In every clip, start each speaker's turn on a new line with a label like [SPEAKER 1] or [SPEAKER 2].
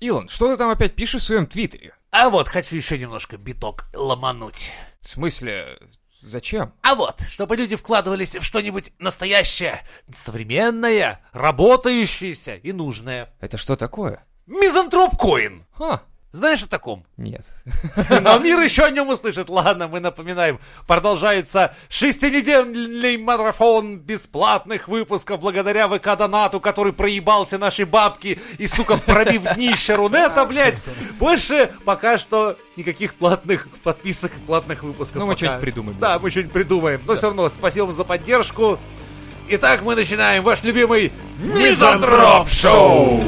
[SPEAKER 1] Илон, что ты там опять пишешь в своем твиттере?
[SPEAKER 2] А вот, хочу еще немножко биток ломануть.
[SPEAKER 1] В смысле, зачем?
[SPEAKER 2] А вот, чтобы люди вкладывались в что-нибудь настоящее, современное, работающееся и нужное.
[SPEAKER 1] Это что такое?
[SPEAKER 2] Мизантроп Коин.
[SPEAKER 1] Ха,
[SPEAKER 2] Знаешь о таком?
[SPEAKER 1] нет.
[SPEAKER 2] Но мир еще о нем услышит. Ладно, мы напоминаем. Продолжается шестинедельный марафон бесплатных выпусков благодаря ВК-донату, который проебался нашей бабки и, сука, пробив днище Рунета, блядь. Больше пока что никаких платных подписок, и платных выпусков.
[SPEAKER 1] Ну, мы
[SPEAKER 2] пока.
[SPEAKER 1] что-нибудь придумаем.
[SPEAKER 2] Да, мы что-нибудь придумаем. Но все равно спасибо вам за поддержку. Итак, мы начинаем ваш любимый Мизантроп Шоу!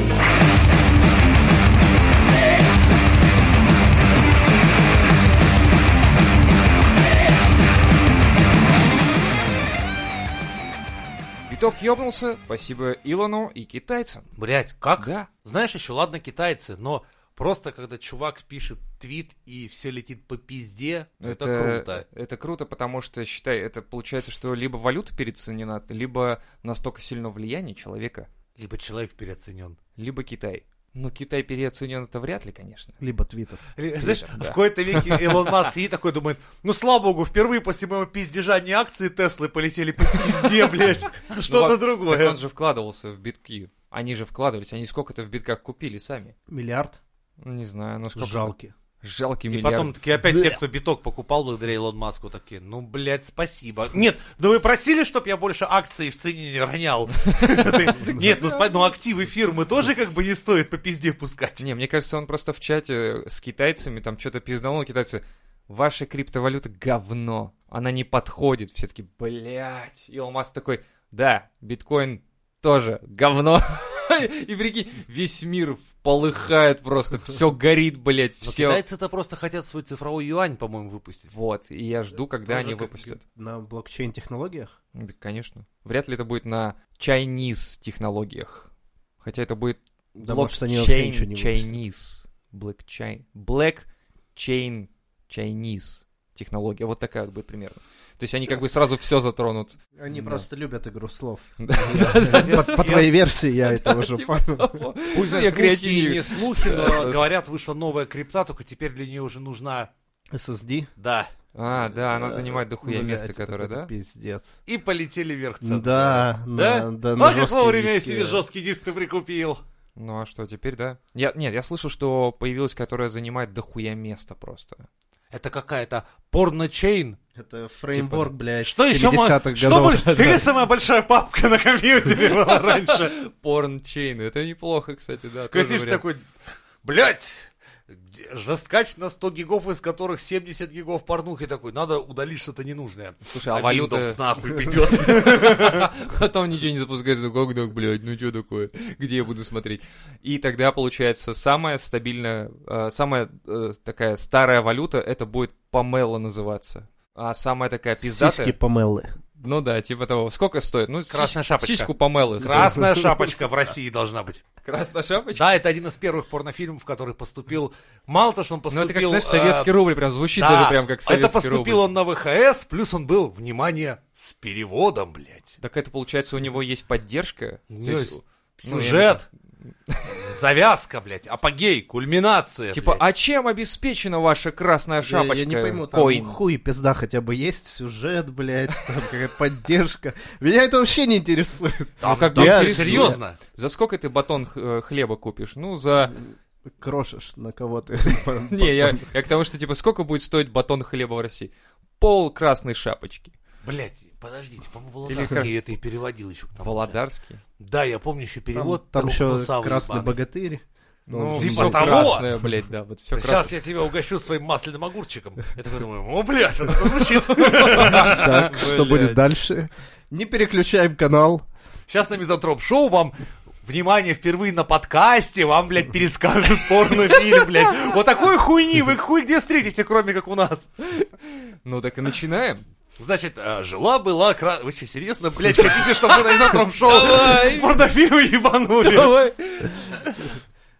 [SPEAKER 1] Биток ёбнулся, спасибо Илону и китайцам.
[SPEAKER 2] Блять, как?
[SPEAKER 1] Да.
[SPEAKER 2] Знаешь, еще ладно китайцы, но просто когда чувак пишет твит и все летит по пизде, это, круто.
[SPEAKER 1] Это круто, потому что, считай, это получается, что либо валюта переоценена, либо настолько сильно влияние человека,
[SPEAKER 2] Либо человек переоценен.
[SPEAKER 1] либо Китай. Но Китай переоценен это вряд ли, конечно.
[SPEAKER 3] Либо Твиттер.
[SPEAKER 2] Знаешь,
[SPEAKER 1] да.
[SPEAKER 2] в какой-то веке Илон Маск сидит такой думает, ну слава богу, впервые после моего пиздежа не акции Теслы полетели по пизде, блядь, а
[SPEAKER 1] Ну,
[SPEAKER 2] что-то
[SPEAKER 1] вот, Так
[SPEAKER 2] другое.
[SPEAKER 1] он же вкладывался в битки. Они же вкладывались, они сколько-то в битках купили сами.
[SPEAKER 3] Миллиард.
[SPEAKER 1] Не знаю, ну сколько.
[SPEAKER 3] Жалки.
[SPEAKER 1] Жалкий
[SPEAKER 2] И
[SPEAKER 1] миллиард.
[SPEAKER 2] потом такие опять те, кто биток покупал благодаря Илон Маску, такие, ну, блядь, спасибо. Нет, ну вы просили, чтоб я больше акций в цене не ронял. Ты, Нет, ну, спа- ну активы фирмы тоже как бы не стоит по пизде пускать.
[SPEAKER 1] Не, мне кажется, он просто в чате с китайцами там что-то пизданул, китайцы. Ваша криптовалюта говно, она не подходит. Все таки блядь. Илон Маск такой, да, биткоин тоже говно. И прикинь, весь мир полыхает просто, все горит, блядь,
[SPEAKER 2] Но
[SPEAKER 1] все.
[SPEAKER 2] китайцы-то просто хотят свой цифровой юань, по-моему, выпустить.
[SPEAKER 1] Вот, и я жду, когда
[SPEAKER 2] Тоже
[SPEAKER 1] они
[SPEAKER 2] как
[SPEAKER 1] выпустят.
[SPEAKER 3] На блокчейн-технологиях?
[SPEAKER 1] Да, конечно. Вряд ли это будет на Chinese технологиях. Хотя это будет
[SPEAKER 3] Да,
[SPEAKER 1] блокчейн
[SPEAKER 3] может, они вообще ничего не выпустят.
[SPEAKER 1] Chinese. Black Chain. Black Chain Chinese технология. Вот такая вот будет примерно. То есть они как бы сразу все затронут.
[SPEAKER 3] Они
[SPEAKER 1] Да.
[SPEAKER 3] просто любят игру слов.
[SPEAKER 1] Да.
[SPEAKER 3] По по твоей версии я это уже
[SPEAKER 1] Типа
[SPEAKER 3] понял.
[SPEAKER 1] того.
[SPEAKER 2] Пусть
[SPEAKER 1] Я
[SPEAKER 2] слухи
[SPEAKER 1] креативнее.
[SPEAKER 2] и не слухи,
[SPEAKER 1] Да.
[SPEAKER 2] но говорят, вышла новая крипта, только теперь для нее уже нужна,
[SPEAKER 3] SSD.
[SPEAKER 2] да.
[SPEAKER 1] А, да, она занимает дохуя
[SPEAKER 3] Блядь,
[SPEAKER 1] место,
[SPEAKER 3] это
[SPEAKER 1] которое,
[SPEAKER 3] какой-то
[SPEAKER 1] да?
[SPEAKER 3] Пиздец.
[SPEAKER 2] И полетели вверх цены.
[SPEAKER 3] Да,
[SPEAKER 2] Да?
[SPEAKER 3] на- да, на
[SPEAKER 2] а как
[SPEAKER 3] жёсткие
[SPEAKER 2] вовремя я
[SPEAKER 3] диски,
[SPEAKER 2] себе
[SPEAKER 3] да.
[SPEAKER 2] жесткий диск ты прикупил.
[SPEAKER 1] Ну а что, теперь, да? Я, нет, я слышал, что появилась, которая занимает дохуя место просто.
[SPEAKER 2] Это какая-то порно-чейн.
[SPEAKER 3] Это фреймворк,
[SPEAKER 1] Типа,
[SPEAKER 3] блядь,
[SPEAKER 2] Что еще можно?
[SPEAKER 3] 70-х
[SPEAKER 2] Что
[SPEAKER 3] годов.
[SPEAKER 2] больше? Какая самая большая папка на компьютере была раньше?
[SPEAKER 1] Порнчейн, это неплохо, кстати, да. тоже
[SPEAKER 2] Костиш
[SPEAKER 1] вариант.
[SPEAKER 2] такой, блядь, где- жесткач на 100 гигов, из которых 70 гигов порнухи такой, надо удалить что-то ненужное.
[SPEAKER 1] Слушай, а валюта...
[SPEAKER 2] Windows нахуй придет.
[SPEAKER 1] Потом А ничего не запускается, ну как так, блядь, ну что такое, где я буду смотреть? И тогда, получается, самая стабильная, э, самая э, такая старая валюта, это будет помела называться. А самая такая пиздатая...
[SPEAKER 3] Сиськи помелы.
[SPEAKER 1] Ну да, типа того. Сколько стоит? Ну, сись-
[SPEAKER 2] Красная шапочка.
[SPEAKER 1] Сиську помелы. стоит.
[SPEAKER 2] Красная шапочка в России должна быть.
[SPEAKER 1] Красная шапочка?
[SPEAKER 2] Да, это один из первых порнофильмов, в который поступил. Мало того, что он
[SPEAKER 1] Ну
[SPEAKER 2] поступил...
[SPEAKER 1] это как, знаешь,
[SPEAKER 2] э,
[SPEAKER 1] советский рубль, прям звучит
[SPEAKER 2] да,
[SPEAKER 1] даже прям как советский
[SPEAKER 2] Это поступил
[SPEAKER 1] рубль.
[SPEAKER 2] он на ВХС, плюс он был, внимание, с переводом, блядь.
[SPEAKER 1] Так это, получается, у него есть поддержка?
[SPEAKER 2] У
[SPEAKER 1] То
[SPEAKER 2] него
[SPEAKER 1] есть,
[SPEAKER 2] есть
[SPEAKER 1] ну, я не
[SPEAKER 2] Сюжет, завязка, блядь, апогей, кульминация.
[SPEAKER 1] Типа,
[SPEAKER 2] блядь.
[SPEAKER 1] а чем обеспечена ваша красная
[SPEAKER 3] Я-
[SPEAKER 1] шапочка?
[SPEAKER 3] Я, не пойму, там
[SPEAKER 1] Коин.
[SPEAKER 3] хуй и пизда хотя бы есть, сюжет, блядь, там какая-то поддержка. Меня это вообще не интересует.
[SPEAKER 1] Ну, как
[SPEAKER 2] Там
[SPEAKER 1] бы
[SPEAKER 2] всё
[SPEAKER 1] интересует.
[SPEAKER 2] серьезно.
[SPEAKER 1] За сколько ты батон х- э, хлеба купишь? Ну, за...
[SPEAKER 3] Крошишь на кого ты.
[SPEAKER 1] Не, я, я к тому, что, типа, сколько будет стоить батон хлеба в России? Пол красной шапочки.
[SPEAKER 2] Блядь, подождите, по-моему,
[SPEAKER 1] Или
[SPEAKER 2] Володарский
[SPEAKER 1] как-
[SPEAKER 2] я это и переводил еще к тому. же.
[SPEAKER 1] Володарский.
[SPEAKER 2] Да, я помню еще
[SPEAKER 3] Там,
[SPEAKER 2] перевод.
[SPEAKER 3] там еще
[SPEAKER 2] Руслава Ебана.
[SPEAKER 3] красный богатырь.
[SPEAKER 1] Ну,
[SPEAKER 3] Он
[SPEAKER 2] типа
[SPEAKER 1] все
[SPEAKER 2] того.
[SPEAKER 1] красное, блядь, да, вот все
[SPEAKER 2] Сейчас
[SPEAKER 1] красное.
[SPEAKER 2] я тебя угощу своим масляным огурчиком. Я такой думаю, о, блядь, это звучит.
[SPEAKER 3] Так, что будет дальше? Не переключаем канал.
[SPEAKER 2] Сейчас на Мизантроп Шоу вам Внимание, впервые на подкасте вам, блядь, перескажут порнофильм, блядь. Вот такой хуйни вы хуй где встретите, кроме как у нас.
[SPEAKER 1] Ну, так и начинаем.
[SPEAKER 2] Значит, э, жила-была кра... Вы что, серьезно, блядь, хотите, чтобы мы на Мизантроп Шоу
[SPEAKER 1] Давай.
[SPEAKER 2] порнофильм ебанули?
[SPEAKER 1] Давай.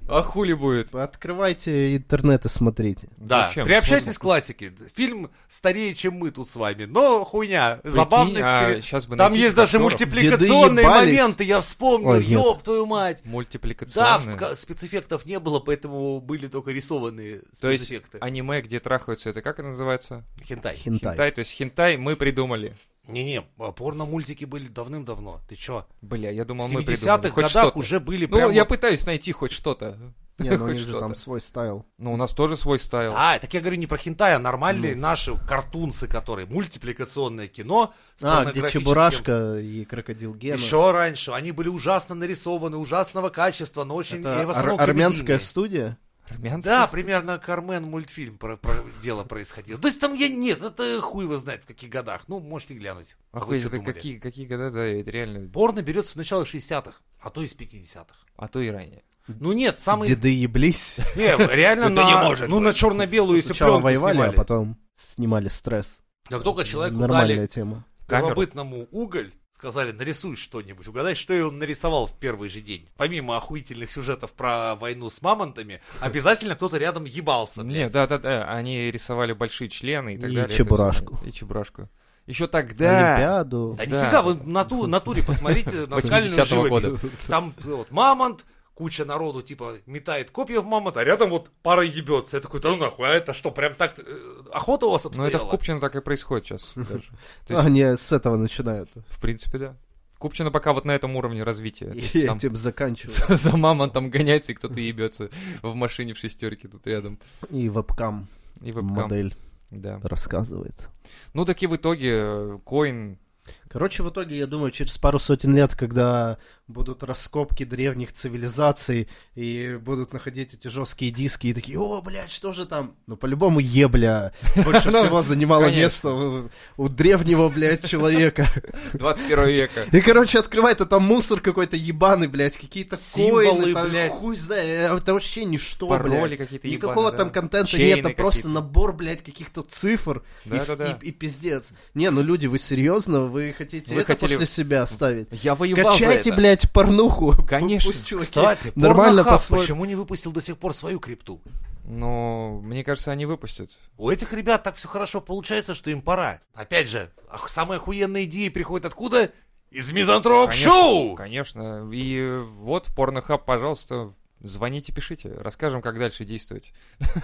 [SPEAKER 1] А хули будет?
[SPEAKER 3] Открывайте интернет и смотрите.
[SPEAKER 2] Да,
[SPEAKER 1] Зачем?
[SPEAKER 2] приобщайтесь
[SPEAKER 1] Сложно.
[SPEAKER 2] к классике. Фильм старее, чем мы тут с вами. Но хуйня, забавность. пере-
[SPEAKER 1] сейчас а бы
[SPEAKER 2] Там
[SPEAKER 1] найти
[SPEAKER 2] есть даже
[SPEAKER 1] актеров.
[SPEAKER 3] Деды
[SPEAKER 2] мультипликационные
[SPEAKER 3] ебались.
[SPEAKER 2] моменты, я вспомнил,
[SPEAKER 3] Ой, нет.
[SPEAKER 2] ёб твою мать. Да,
[SPEAKER 1] Мультипликационные.
[SPEAKER 2] в ка- спецэффектов не было, поэтому были только рисованные
[SPEAKER 1] То есть
[SPEAKER 2] спецэффекты.
[SPEAKER 1] аниме, где трахаются, это как это называется?
[SPEAKER 2] Хентай.
[SPEAKER 3] Хентай.
[SPEAKER 1] Хентай. То есть хентай мы придумали.
[SPEAKER 2] Не-не, а порно-мультики были давным-давно. Ты чё?
[SPEAKER 1] Бля, я думал,
[SPEAKER 2] В
[SPEAKER 1] Ну, а мы придумали.
[SPEAKER 2] 70-х
[SPEAKER 1] Хоть
[SPEAKER 2] годах
[SPEAKER 1] что-то.
[SPEAKER 2] уже были
[SPEAKER 1] Ну,
[SPEAKER 2] прям...
[SPEAKER 1] я
[SPEAKER 2] вот-
[SPEAKER 1] пытаюсь найти хоть что-то.
[SPEAKER 3] Не, ну у
[SPEAKER 1] Хоть
[SPEAKER 3] них же
[SPEAKER 1] что-то.
[SPEAKER 3] там свой стайл.
[SPEAKER 1] Ну, у нас тоже свой
[SPEAKER 3] Э,
[SPEAKER 1] стайл.
[SPEAKER 2] А, так я говорю не про хентай, а нормальные наши картунцы, которые мультипликационное кино. с
[SPEAKER 3] А, где
[SPEAKER 2] порнографическим-
[SPEAKER 3] Чебурашка и Крокодил Гена.
[SPEAKER 2] Еще раньше. Они были ужасно нарисованы, ужасного качества, но очень... и
[SPEAKER 3] Это
[SPEAKER 2] в
[SPEAKER 3] ар-
[SPEAKER 2] основном
[SPEAKER 3] армянская
[SPEAKER 2] комедийные.
[SPEAKER 3] студия.
[SPEAKER 1] Армянский
[SPEAKER 2] Да,
[SPEAKER 1] стайл.
[SPEAKER 2] примерно Кармен мультфильм про, про дело происходило. То есть там я нет, это хуй его знает в каких годах. Ну, можете глянуть.
[SPEAKER 3] А
[SPEAKER 2] Вы
[SPEAKER 1] Охуеть,
[SPEAKER 2] чё
[SPEAKER 1] это
[SPEAKER 2] думали?
[SPEAKER 1] какие, какие года, да, это реально.
[SPEAKER 2] Порно берется с начала 60-х, а то из 50-х.
[SPEAKER 1] А то и ранее.
[SPEAKER 2] Ну нет, самый...
[SPEAKER 3] Деды еблись.
[SPEAKER 2] Не, реально
[SPEAKER 1] Это
[SPEAKER 2] на...
[SPEAKER 1] не может
[SPEAKER 2] ну, на черно-белую, если
[SPEAKER 3] Сначала
[SPEAKER 2] пленку
[SPEAKER 3] воевали, а
[SPEAKER 2] снимали.
[SPEAKER 3] потом снимали стресс.
[SPEAKER 2] Как только человеку
[SPEAKER 3] Нормальная
[SPEAKER 2] дали
[SPEAKER 3] тема.
[SPEAKER 1] Камеру.
[SPEAKER 2] первобытному уголь, сказали, нарисуй что-нибудь. Угадай, что и он нарисовал в первый же день. Помимо охуительных сюжетов про войну с мамонтами, обязательно кто-то рядом ебался. блядь.
[SPEAKER 1] Не, да, да, да. Они рисовали большие члены и так
[SPEAKER 3] И
[SPEAKER 1] далее. это
[SPEAKER 3] Чебурашку.
[SPEAKER 1] всё. И чебурашку. Еще тогда.
[SPEAKER 3] Олимпиаду.
[SPEAKER 2] Да,
[SPEAKER 1] Да.
[SPEAKER 2] нифига, вы на ту, натуре посмотрите на скальную
[SPEAKER 1] 80-го
[SPEAKER 2] живопись.
[SPEAKER 1] года.
[SPEAKER 2] Там э, вот мамонт, куча народу, типа, метает копья в мамонт, а рядом вот пара ебется. Я такой, да ну нахуй, а это что, прям так э, охота у вас
[SPEAKER 1] Но
[SPEAKER 2] обстояла?
[SPEAKER 1] Ну, это в Купчино так и происходит сейчас. даже. То есть,
[SPEAKER 3] Они с этого начинают.
[SPEAKER 1] в принципе, да. Купчино пока вот на этом уровне развития. То есть
[SPEAKER 3] И
[SPEAKER 1] там
[SPEAKER 3] этим заканчивают.
[SPEAKER 1] за- За мамонтом гоняется, и кто-то ебется в машине в шестерке тут рядом.
[SPEAKER 3] И вебкам
[SPEAKER 1] И вебкам.
[SPEAKER 3] модель
[SPEAKER 1] Да.
[SPEAKER 3] рассказывает.
[SPEAKER 1] Ну, таки в итоге э, Коин...
[SPEAKER 3] Короче, в итоге, я думаю, через пару сотен лет, когда будут раскопки древних цивилизаций и будут находить эти жесткие диски и такие, о, блядь, что же там? Ну, по-любому ебля больше
[SPEAKER 1] Ну,
[SPEAKER 3] всего занимала
[SPEAKER 1] конечно.
[SPEAKER 3] место у- у древнего, блядь, человека.
[SPEAKER 1] 21 века.
[SPEAKER 3] И, короче, открывает, а там мусор какой-то ебаный, блядь, какие-то
[SPEAKER 2] Символы,
[SPEAKER 3] коины, там,
[SPEAKER 2] блядь.
[SPEAKER 3] хуй знает, это вообще ничто,
[SPEAKER 1] Пароли
[SPEAKER 3] блядь.
[SPEAKER 1] какие-то
[SPEAKER 3] Никакого
[SPEAKER 1] ебаные,
[SPEAKER 3] там
[SPEAKER 1] да.
[SPEAKER 3] контента
[SPEAKER 1] Чейны
[SPEAKER 3] нет, это просто
[SPEAKER 1] какие-то.
[SPEAKER 3] набор, блядь, каких-то цифр и,
[SPEAKER 1] Да, да,
[SPEAKER 3] и-
[SPEAKER 1] да.
[SPEAKER 3] и пиздец. Не, ну люди, вы серьезно? Вы хотите
[SPEAKER 1] Вы
[SPEAKER 3] это
[SPEAKER 1] хотели-
[SPEAKER 3] после себя оставить?
[SPEAKER 1] Я воевал за
[SPEAKER 3] Качайте,
[SPEAKER 1] это.
[SPEAKER 3] блядь, порнуху.
[SPEAKER 1] Конечно.
[SPEAKER 3] Пусть чуваки
[SPEAKER 2] Кстати,
[SPEAKER 3] нормально
[SPEAKER 2] Порнохаб
[SPEAKER 3] посмотрят.
[SPEAKER 2] почему не выпустил до сих пор свою крипту?
[SPEAKER 1] Но мне кажется, они выпустят.
[SPEAKER 2] У этих ребят так все хорошо получается, что им пора. Опять же, ах, самые охуенные идеи приходят откуда? Из
[SPEAKER 1] Конечно,
[SPEAKER 2] мизантроп-шоу!
[SPEAKER 1] Конечно. И э, вот, Порнохаб, пожалуйста, звоните, пишите. Расскажем, как дальше действовать.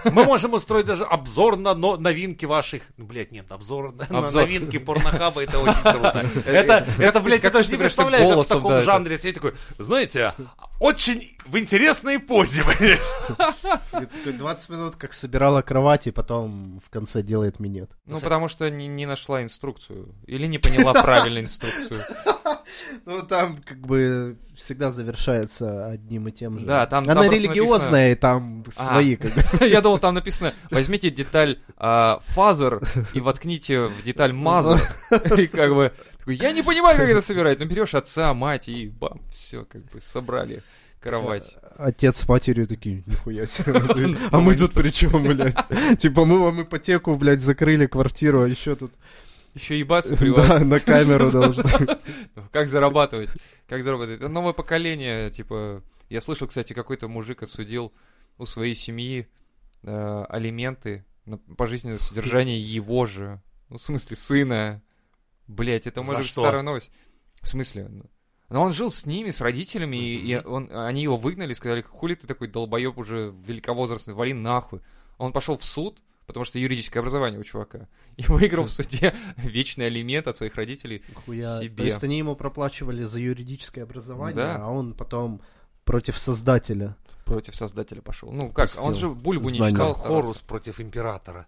[SPEAKER 2] Мы можем устроить даже обзор на но- новинки ваших... Ну, блядь, нет, обзор на, на
[SPEAKER 1] Обзор. Э,
[SPEAKER 2] новинки порнохаба, это очень трудно. Это, это, блядь, я
[SPEAKER 1] как
[SPEAKER 2] даже
[SPEAKER 1] ты
[SPEAKER 2] не
[SPEAKER 1] собираешься
[SPEAKER 2] представляю, как в
[SPEAKER 1] голосом,
[SPEAKER 2] таком
[SPEAKER 1] да, это-
[SPEAKER 2] жанре. Я такой, знаете, очень в интересной позе, блядь.
[SPEAKER 3] И такой 20 минут как собирала кровать и потом в конце делает минет.
[SPEAKER 1] Ну, потому что не, не нашла инструкцию. Или не поняла правильно инструкцию.
[SPEAKER 3] Ну, там как бы всегда завершается одним и тем же.
[SPEAKER 1] Да, там- там
[SPEAKER 3] Она
[SPEAKER 1] просто «А,
[SPEAKER 3] религиозная, и там свои как бы.
[SPEAKER 1] Я думал, там написано, возьмите деталь а, фазер и воткните в деталь мазер. И как бы, такой, я не понимаю, как это собирать. Ну, берешь отца, мать и бам, все, как бы, собрали кровать. Ну,
[SPEAKER 3] Отец с матерью такие, нихуя себе. блин. А мы тут при чем, блядь? Типа мы вам ипотеку, блядь, закрыли квартиру, а еще тут
[SPEAKER 1] Еще ебаться при вас.
[SPEAKER 3] да, на камеру должны.
[SPEAKER 1] Как зарабатывать? Как зарабатывать? Это новое поколение, типа... Я слышал, кстати, какой-то мужик отсудил у своей семьи э, алименты на пожизненное содержание его же. Ну, в смысле, сына. Блять, это
[SPEAKER 2] За
[SPEAKER 1] может быть
[SPEAKER 2] что?
[SPEAKER 1] старая новость. В смысле? Но он жил с ними, с родителями, и, и он, они его выгнали, сказали, хули ты такой долбоеб уже великовозрастный, вали нахуй. Он пошел в суд, потому что юридическое образование у чувака, и выиграл в суде вечный алимент от своих родителей.
[SPEAKER 3] Хуя.
[SPEAKER 1] Себе.
[SPEAKER 3] То есть они ему проплачивали за юридическое образование,
[SPEAKER 1] Да.
[SPEAKER 3] а он потом против создателя.
[SPEAKER 1] против создателя пошел. Ну как,
[SPEAKER 3] Пустил
[SPEAKER 1] он же Бульбу не
[SPEAKER 3] знания.
[SPEAKER 1] читал. Тарас.
[SPEAKER 2] Хорус против императора.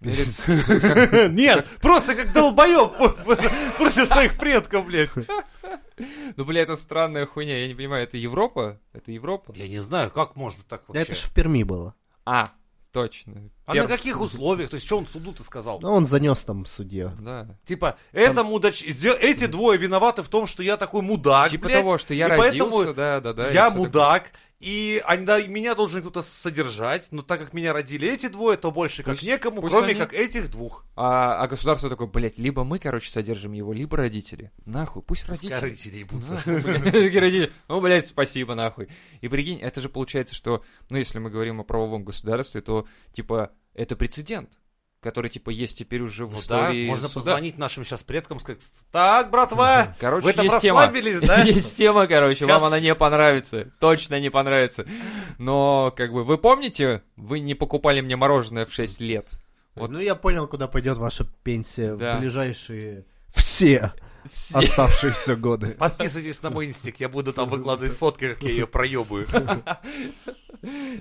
[SPEAKER 1] Или-
[SPEAKER 2] Нет, просто как долбоеб против своих предков, блядь.
[SPEAKER 1] Ну, бля, это странная хуйня, я не понимаю, это Европа? Это Европа?
[SPEAKER 2] Я не знаю, как можно так
[SPEAKER 3] Да
[SPEAKER 2] вообще.
[SPEAKER 3] это ж в Перми было.
[SPEAKER 1] А, точно.
[SPEAKER 2] А на
[SPEAKER 1] Пермский.
[SPEAKER 2] каких условиях? То есть, что он суду-то сказал?
[SPEAKER 3] Ну, он занес там судья.
[SPEAKER 1] Да.
[SPEAKER 2] Типа, это мудач... сдел- эти двое виноваты в том, что я такой мудак,
[SPEAKER 1] типа
[SPEAKER 2] А, блядь,
[SPEAKER 1] того, что я
[SPEAKER 2] и поэтому
[SPEAKER 1] родился, да, да, да. и
[SPEAKER 2] я
[SPEAKER 1] всё
[SPEAKER 2] мудак, И они, да, и меня должен кто-то содержать, но так как меня родили эти двое, то больше
[SPEAKER 1] Пусть-
[SPEAKER 2] как некому,
[SPEAKER 1] пусть
[SPEAKER 2] кроме
[SPEAKER 1] они-
[SPEAKER 2] как этих двух.
[SPEAKER 1] А, а государство такое, блядь, либо мы, короче, содержим его, либо родители. Нахуй, пусть родители.
[SPEAKER 2] Родителей будут.
[SPEAKER 1] Нахуй, блядь. Такие родители, Ну, блядь, спасибо, нахуй. И прикинь, это же получается, что, ну, если мы говорим о правовом государстве, то, типа, это прецедент, который, типа, есть теперь уже в
[SPEAKER 2] Ну да,
[SPEAKER 1] истории
[SPEAKER 2] можно
[SPEAKER 1] суда.
[SPEAKER 2] позвонить нашим сейчас предкам, сказать, так, братва,
[SPEAKER 1] Короче,
[SPEAKER 2] вы там
[SPEAKER 1] есть тема.
[SPEAKER 2] расслабились, да?
[SPEAKER 1] Есть тема, короче,
[SPEAKER 2] Сейчас.
[SPEAKER 1] вам она не понравится. Точно не понравится. Но, как бы, вы помните, вы не покупали мне мороженое в 6 лет? Вот.
[SPEAKER 3] Ну, я понял, куда пойдет ваша пенсия
[SPEAKER 1] Да.
[SPEAKER 3] в ближайшие все
[SPEAKER 1] А
[SPEAKER 3] оставшиеся годы.
[SPEAKER 2] Подписывайтесь на мой инстик, я буду там выкладывать фотки, как я ее проебаю.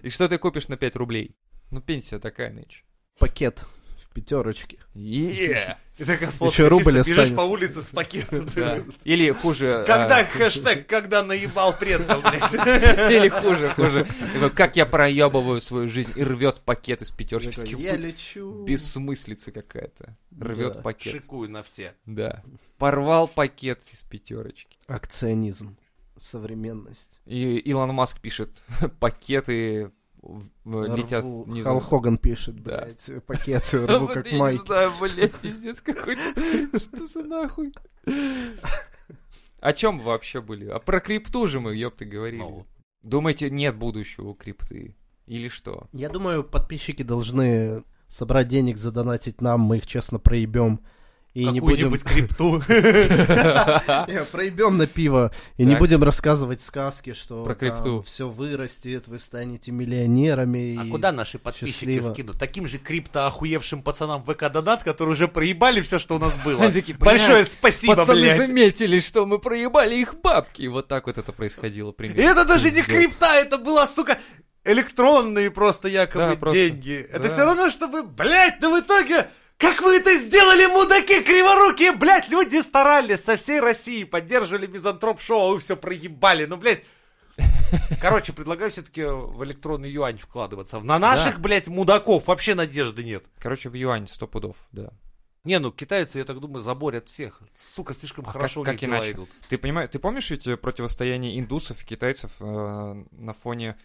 [SPEAKER 1] И что ты купишь на 5 рублей? Ну, пенсия такая, нынче.
[SPEAKER 3] Пакет в пятерочке.
[SPEAKER 1] Е.
[SPEAKER 2] И такая фотка,
[SPEAKER 3] Еще рубль
[SPEAKER 2] чисто бежишь
[SPEAKER 3] останется.
[SPEAKER 2] по улице с пакетом.
[SPEAKER 1] Да. Или хуже...
[SPEAKER 2] Когда
[SPEAKER 1] а,
[SPEAKER 2] хэштег, когда наебал предков, блядь.
[SPEAKER 1] Или хуже, хуже. Такой, Как я проебываю свою жизнь и рвет пакет из пятерочки.
[SPEAKER 3] Такой,
[SPEAKER 1] Такие,
[SPEAKER 3] Я
[SPEAKER 1] вот
[SPEAKER 3] лечу.
[SPEAKER 1] Бессмыслица какая-то. Рвет
[SPEAKER 3] Да.
[SPEAKER 1] пакет.
[SPEAKER 2] Шикую на все.
[SPEAKER 1] Да. Порвал пакет из пятерочки.
[SPEAKER 3] Акционизм. Современность.
[SPEAKER 1] И Илон Маск пишет, пакеты в- в- летят
[SPEAKER 3] Рву.
[SPEAKER 1] не
[SPEAKER 3] Хал Хоган пишет,
[SPEAKER 1] Э, Да.
[SPEAKER 3] блядь, пакеты рву как
[SPEAKER 1] Я не
[SPEAKER 3] майки.
[SPEAKER 1] знаю, блядь, пиздец какой-то. Что за нахуй? О чем вообще были? А про крипту же мы, ёпты, говорили.
[SPEAKER 2] Ну.
[SPEAKER 1] Думаете, нет будущего у крипты? Или что?
[SPEAKER 3] Я думаю, подписчики должны собрать денег, задонатить нам, мы их честно проебем. И не будем...
[SPEAKER 2] Какую-нибудь крипту.
[SPEAKER 3] Проебем на пиво. И
[SPEAKER 1] а?
[SPEAKER 3] не
[SPEAKER 1] Так.
[SPEAKER 3] будем рассказывать сказки, что
[SPEAKER 1] Про крипту.
[SPEAKER 3] все вырастет, вы станете миллионерами.
[SPEAKER 2] А
[SPEAKER 3] и-
[SPEAKER 2] куда наши подписчики
[SPEAKER 3] счастливо.
[SPEAKER 2] скинут? Таким же криптоохуевшим пацанам в ВК Донат, которые уже проебали все, что у нас было.
[SPEAKER 1] Они такие, «Бля,
[SPEAKER 2] Большое спасибо,
[SPEAKER 1] Пацаны
[SPEAKER 2] блядь.
[SPEAKER 1] заметили, что мы проебали их бабки. И вот так вот это происходило
[SPEAKER 2] И
[SPEAKER 1] примерно.
[SPEAKER 2] это даже не
[SPEAKER 1] Пиздец.
[SPEAKER 2] крипта, это была, сука, электронные просто
[SPEAKER 1] Да,
[SPEAKER 2] якобы
[SPEAKER 1] просто.
[SPEAKER 2] деньги. Это
[SPEAKER 1] Да.
[SPEAKER 2] все равно, чтобы, блядь, но в итоге... Как вы это сделали, мудаки криворукие, блядь, люди старались со всей России, поддерживали мизантроп-шоу, а вы все проебали, ну, блядь. Короче, предлагаю все-таки в электронный юань вкладываться. На наших, блядь, мудаков вообще надежды нет.
[SPEAKER 1] Короче, в юань сто пудов, да.
[SPEAKER 2] Не, ну китайцы, я так думаю, заборят всех. Сука, слишком
[SPEAKER 1] А
[SPEAKER 2] хорошо
[SPEAKER 1] как-
[SPEAKER 2] у них
[SPEAKER 1] как
[SPEAKER 2] дела
[SPEAKER 1] иначе?
[SPEAKER 2] идут.
[SPEAKER 1] Ты понимаешь, ты помнишь ведь э, противостояние индусов и китайцев э, на фоне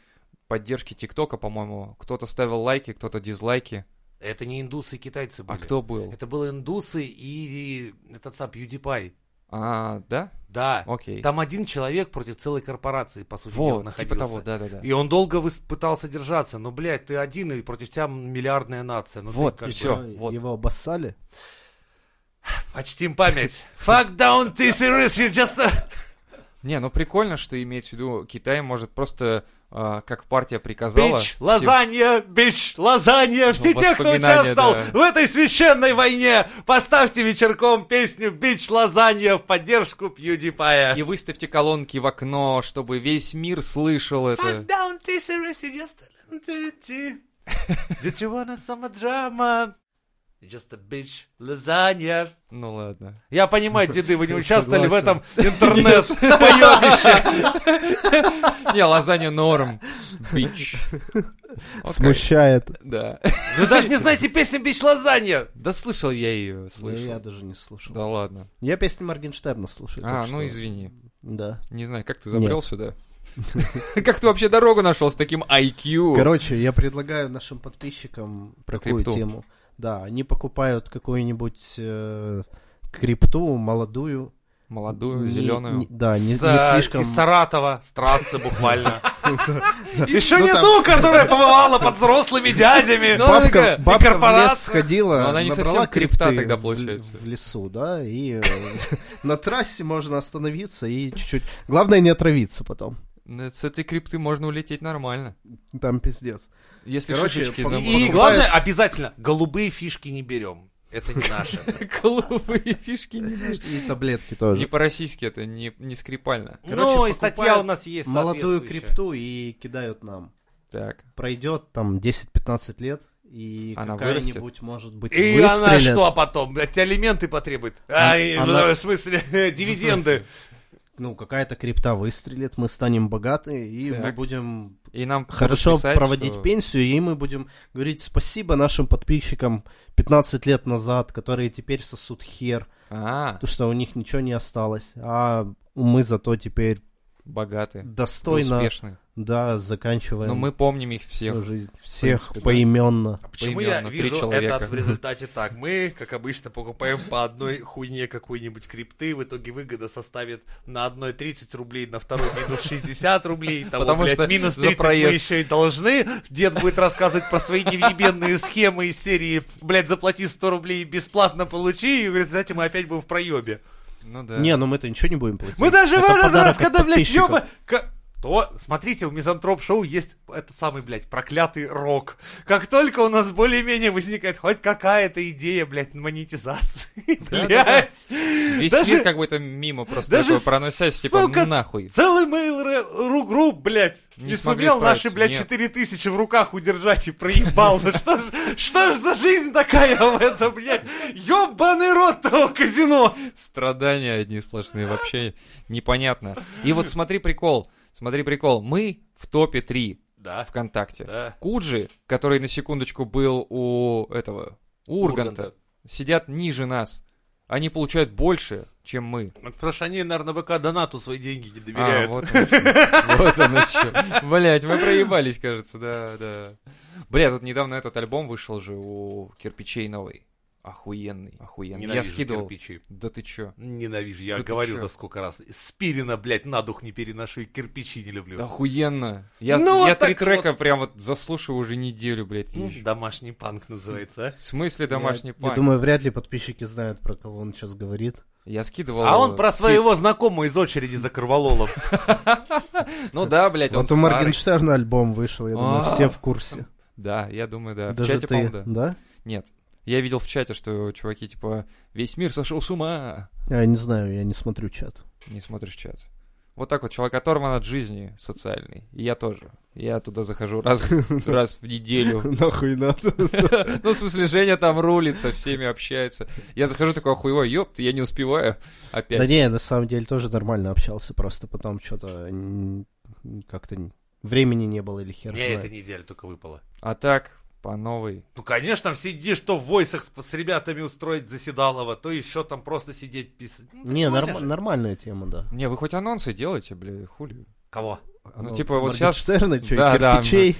[SPEAKER 1] поддержки ТикТока, по-моему? Кто-то ставил лайки, кто-то дизлайки.
[SPEAKER 2] Это не индусы и китайцы были. Э,
[SPEAKER 1] А кто был?
[SPEAKER 2] Это были индусы и, и этот сам PewDiePie.
[SPEAKER 1] А, да?
[SPEAKER 2] Да.
[SPEAKER 1] Окей.
[SPEAKER 2] Там один человек против целой корпорации, по сути дела,
[SPEAKER 1] вот,
[SPEAKER 2] находился.
[SPEAKER 1] типа того, да-да-да.
[SPEAKER 2] И он долго выс- пытался держаться, но, блядь, ты один, и против тебя миллиардная нация. Ну, ты
[SPEAKER 1] Вот,
[SPEAKER 2] как
[SPEAKER 1] и
[SPEAKER 2] бы-
[SPEAKER 1] всё.
[SPEAKER 3] Ой,
[SPEAKER 1] вот.
[SPEAKER 3] Его обоссали.
[SPEAKER 2] Почтим память. Fuck down T-Series, you just...
[SPEAKER 1] Не, ну прикольно, что имеется в виду, Китай может просто, э, как партия приказала...
[SPEAKER 2] Бич,
[SPEAKER 1] всем-
[SPEAKER 2] лазанья, бич, лазанья. Все те, кто
[SPEAKER 1] Ну, воспоминания,
[SPEAKER 2] участвовал
[SPEAKER 1] да.
[SPEAKER 2] в этой священной войне, поставьте вечерком песню «Бич, лазанья» в поддержку
[SPEAKER 1] И
[SPEAKER 2] PewDiePie.
[SPEAKER 1] выставьте колонки в окно, чтобы весь мир слышал это.
[SPEAKER 2] Fuck down T-Series, you just a little bitch. Did you wanna some drama? You Just a bitch, lasagna.
[SPEAKER 1] Ну ладно.
[SPEAKER 2] Я понимаю, деды, вы не участвовали в этом
[SPEAKER 3] Согласен.
[SPEAKER 2] интернет поебище
[SPEAKER 1] Не, лазанья норм. Бич. Окей.
[SPEAKER 3] Смущает.
[SPEAKER 1] Да.
[SPEAKER 2] Вы даже не знаете песню «Бич, лазанья».
[SPEAKER 1] Да слышал я ее,
[SPEAKER 3] Ну, я
[SPEAKER 1] слышал.
[SPEAKER 3] даже не слушал.
[SPEAKER 1] Да ладно.
[SPEAKER 3] Я песни Моргенштерна слушаю.
[SPEAKER 1] А,
[SPEAKER 3] так
[SPEAKER 1] ну
[SPEAKER 3] что-
[SPEAKER 1] извини.
[SPEAKER 3] Да.
[SPEAKER 1] Не знаю, как ты забрел сюда? Как ты вообще дорогу нашел с таким IQ?
[SPEAKER 3] Короче, я предлагаю нашим подписчикам
[SPEAKER 1] Про
[SPEAKER 3] такую
[SPEAKER 1] крипту.
[SPEAKER 3] тему. Да, они покупают какую-нибудь э, крипту молодую.
[SPEAKER 1] Молодую,
[SPEAKER 3] Не-
[SPEAKER 1] зеленую.
[SPEAKER 3] не- Да, не, не
[SPEAKER 2] С, э,
[SPEAKER 3] слишком...
[SPEAKER 2] Из Саратова, с трассы буквально. Еще
[SPEAKER 3] Ну,
[SPEAKER 2] не
[SPEAKER 3] там-
[SPEAKER 2] ту, которая побывала под взрослыми дядями.
[SPEAKER 1] Ну, она такая,
[SPEAKER 3] Бабка, бабка в
[SPEAKER 2] корпорация.
[SPEAKER 3] лес сходила,
[SPEAKER 1] Но она не
[SPEAKER 3] набрала
[SPEAKER 1] совсем крипта
[SPEAKER 3] крипты
[SPEAKER 1] тогда
[SPEAKER 3] в-
[SPEAKER 1] получается.
[SPEAKER 3] В, лесу, да, и э, на трассе можно остановиться и чуть-чуть. Главное не отравиться потом.
[SPEAKER 1] Ну, С этой крипты можно улететь нормально.
[SPEAKER 3] Там пиздец.
[SPEAKER 1] Если ну,
[SPEAKER 3] Короче,
[SPEAKER 1] шишечки...
[SPEAKER 3] пом-
[SPEAKER 1] нам
[SPEAKER 2] И
[SPEAKER 1] будут.
[SPEAKER 2] главное, обязательно, голубые фишки не берем. Это не наше.
[SPEAKER 1] Голубые фишки не наши.
[SPEAKER 3] И таблетки
[SPEAKER 1] Не
[SPEAKER 3] тоже.
[SPEAKER 1] по-российски это, не, не скрипально.
[SPEAKER 3] Короче,
[SPEAKER 2] Ну, и статья
[SPEAKER 3] покупают
[SPEAKER 2] у нас есть
[SPEAKER 3] Молодую
[SPEAKER 2] соответствующая.
[SPEAKER 3] крипту и кидают нам.
[SPEAKER 1] Так. Ну,
[SPEAKER 3] Пройдет там 10-15 лет, и
[SPEAKER 1] Она
[SPEAKER 3] какая-нибудь, может быть,
[SPEAKER 2] И она
[SPEAKER 3] выстрелит.
[SPEAKER 2] что потом? От тебя алименты потребует. А, и,
[SPEAKER 3] Она-
[SPEAKER 2] ну, В смысле, дивиденды.
[SPEAKER 3] Ну, какая-то крипта выстрелит, мы станем богаты, и мы
[SPEAKER 1] Так.
[SPEAKER 3] будем
[SPEAKER 1] И нам будут
[SPEAKER 3] хорошо
[SPEAKER 1] писать,
[SPEAKER 3] проводить
[SPEAKER 1] что-
[SPEAKER 3] пенсию, и мы будем говорить спасибо нашим подписчикам 15 лет назад, которые теперь сосут хер,
[SPEAKER 1] А,
[SPEAKER 3] потому что у них ничего не осталось, а мы зато теперь
[SPEAKER 1] богатые.
[SPEAKER 3] достойно,
[SPEAKER 1] Успешные.
[SPEAKER 3] да, заканчиваем
[SPEAKER 1] Но Ну, мы помним их
[SPEAKER 3] свою
[SPEAKER 1] всех.
[SPEAKER 3] жизнь. Всех
[SPEAKER 1] принципе, да.
[SPEAKER 3] поименно.
[SPEAKER 2] А почему я
[SPEAKER 1] Поименно, три
[SPEAKER 2] вижу
[SPEAKER 1] человека.
[SPEAKER 2] это в результате так? Мы, как обычно, покупаем по одной хуйне какой-нибудь крипты, в итоге выгода составит на одной 30 рублей, на второй минус 60 рублей, того,
[SPEAKER 1] Потому
[SPEAKER 2] блядь,
[SPEAKER 1] что
[SPEAKER 2] минус
[SPEAKER 1] за
[SPEAKER 2] 30 мы
[SPEAKER 1] проезд.
[SPEAKER 2] еще и должны. Дед будет рассказывать про свои невъебенные схемы из серии, блядь, заплати 100 рублей и бесплатно получи, и в результате мы опять будем в проебе.
[SPEAKER 1] Ну да.
[SPEAKER 3] Не, ну мы-то ничего не будем платить.
[SPEAKER 2] Мы даже в
[SPEAKER 3] Это
[SPEAKER 2] этот
[SPEAKER 3] подарок
[SPEAKER 2] раз,
[SPEAKER 3] от
[SPEAKER 2] когда, блядь,
[SPEAKER 3] подписчиков.
[SPEAKER 2] ёба... ка- То, смотрите, у Мизантроп Шоу есть этот самый, блядь, проклятый рок. Как только у нас более-менее возникает хоть какая-то идея, блядь, монетизации,
[SPEAKER 1] да, да.
[SPEAKER 2] блядь.
[SPEAKER 1] Весь
[SPEAKER 2] даже-
[SPEAKER 1] мир как будто мимо просто
[SPEAKER 2] даже,
[SPEAKER 1] такое проносясь, типа,
[SPEAKER 2] сука,
[SPEAKER 1] ну нахуй.
[SPEAKER 2] Целый Mail.ru групп, блядь, не,
[SPEAKER 1] Не смогли
[SPEAKER 2] сумел наши,
[SPEAKER 1] справиться,
[SPEAKER 2] блядь,
[SPEAKER 1] нет.
[SPEAKER 2] 4000 в руках удержать и проебал. Ну что ж, что ж за жизнь такая в этом, блядь? Ёбаный рот того казино.
[SPEAKER 1] Страдания одни сплошные, вообще непонятно. И вот смотри прикол, смотри прикол. Мы в топе 3
[SPEAKER 2] Да,
[SPEAKER 1] ВКонтакте.
[SPEAKER 2] да.
[SPEAKER 1] Куджи, который на секундочку был у этого у Урганта, сидят ниже нас. Они получают больше, чем мы.
[SPEAKER 2] Ну, Потому что они, наверное, ВК донату свои деньги не
[SPEAKER 1] А,
[SPEAKER 2] доверяют.
[SPEAKER 1] вот оно чё. Вот оно чё. Блять, мы проебались, кажется, да, да. Бля, тут недавно этот альбом вышел же у кирпичей новый. Охуенный, охуенный. Я
[SPEAKER 2] Ненавижу
[SPEAKER 1] скидывал.
[SPEAKER 2] кирпичи.
[SPEAKER 1] Да ты чё?
[SPEAKER 2] Ненавижу, я
[SPEAKER 1] Да ты
[SPEAKER 2] говорил
[SPEAKER 1] чё?
[SPEAKER 2] да сколько раз. Спирина, блядь, на дух не переношу и кирпичи не люблю.
[SPEAKER 1] Да охуенно. Я,
[SPEAKER 2] Ну,
[SPEAKER 1] я
[SPEAKER 2] вот так
[SPEAKER 1] три трека прям вот заслушаю уже неделю, блядь.
[SPEAKER 2] М,
[SPEAKER 1] езжу.
[SPEAKER 2] Домашний панк называется, а?
[SPEAKER 1] В смысле домашний
[SPEAKER 3] Ну, я,
[SPEAKER 1] панк?
[SPEAKER 3] Я думаю, вряд ли подписчики знают, про кого он сейчас говорит.
[SPEAKER 1] Я скидывал.
[SPEAKER 2] А он про
[SPEAKER 1] фит.
[SPEAKER 2] своего знакомого из очереди за корвалолом.
[SPEAKER 1] Ну да, блядь, он
[SPEAKER 3] вот у
[SPEAKER 1] старый.
[SPEAKER 3] Моргенштерна альбом вышел, я думаю,
[SPEAKER 1] А.
[SPEAKER 3] все в курсе.
[SPEAKER 1] Да, я думаю, да. в
[SPEAKER 3] Даже
[SPEAKER 1] чате,
[SPEAKER 3] ты,
[SPEAKER 1] по-моему, да.
[SPEAKER 3] да?
[SPEAKER 1] Нет. Я видел в чате, что чуваки, типа, весь мир сошел с ума.
[SPEAKER 3] Я не знаю, я не смотрю чат.
[SPEAKER 1] Не смотришь чат. Вот так вот, человек оторван от жизни социальной. И я тоже. Я туда захожу раз, раз в неделю.
[SPEAKER 3] Нахуй надо.
[SPEAKER 1] Ну, в смысле, Женя там рулит, со всеми общается. Я захожу такой охуевой, ёпт, я не успеваю.
[SPEAKER 3] Да
[SPEAKER 1] Опять.
[SPEAKER 3] не, я на самом деле тоже нормально общался, просто потом что-то как-то н- времени не было или хер
[SPEAKER 2] Мне
[SPEAKER 3] знает.
[SPEAKER 2] эта неделя только выпала.
[SPEAKER 1] А так, по новой.
[SPEAKER 2] Ну, конечно, сидишь, то в войсах с, с ребятами устроить заседалово, то еще там просто сидеть писать. Ну,
[SPEAKER 3] Не,
[SPEAKER 2] прикольно
[SPEAKER 3] норма-
[SPEAKER 2] же.
[SPEAKER 3] нормальная тема, да.
[SPEAKER 1] Не, вы хоть анонсы делайте, бля, хули.
[SPEAKER 2] Кого?
[SPEAKER 3] Оно-
[SPEAKER 1] типа, вот щас-
[SPEAKER 3] Моргенштерна, чё, и
[SPEAKER 1] Да, да,
[SPEAKER 3] кирпичей.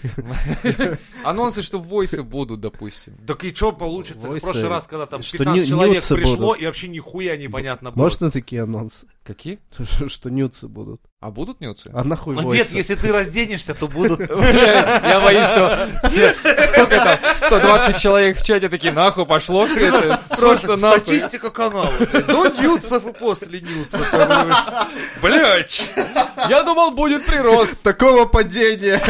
[SPEAKER 1] Анонсы, что войсы будут, допустим.
[SPEAKER 2] Так и что получится? Как В
[SPEAKER 3] Войсы,
[SPEAKER 2] прошлый раз, когда там
[SPEAKER 3] что
[SPEAKER 2] 15
[SPEAKER 3] ню-
[SPEAKER 2] человек
[SPEAKER 3] нюцы
[SPEAKER 2] пришло,
[SPEAKER 3] будут.
[SPEAKER 2] и вообще нихуя непонятно было.
[SPEAKER 3] Можно такие анонсы?
[SPEAKER 1] Какие?
[SPEAKER 3] Что что нюцы будут?
[SPEAKER 1] А будут нюцы?
[SPEAKER 3] А нахуй
[SPEAKER 2] Ну, дед,
[SPEAKER 3] войсы?
[SPEAKER 2] если ты разденешься, то будут...
[SPEAKER 1] Я я боюсь, что все, сколько там, 120 человек в чате такие, нахуй, пошло все это, просто нахуй. а?
[SPEAKER 2] Статистика канала. До нюцев и после нюцев. Блять.
[SPEAKER 1] Я думал, будет прирост.
[SPEAKER 3] Такого падения!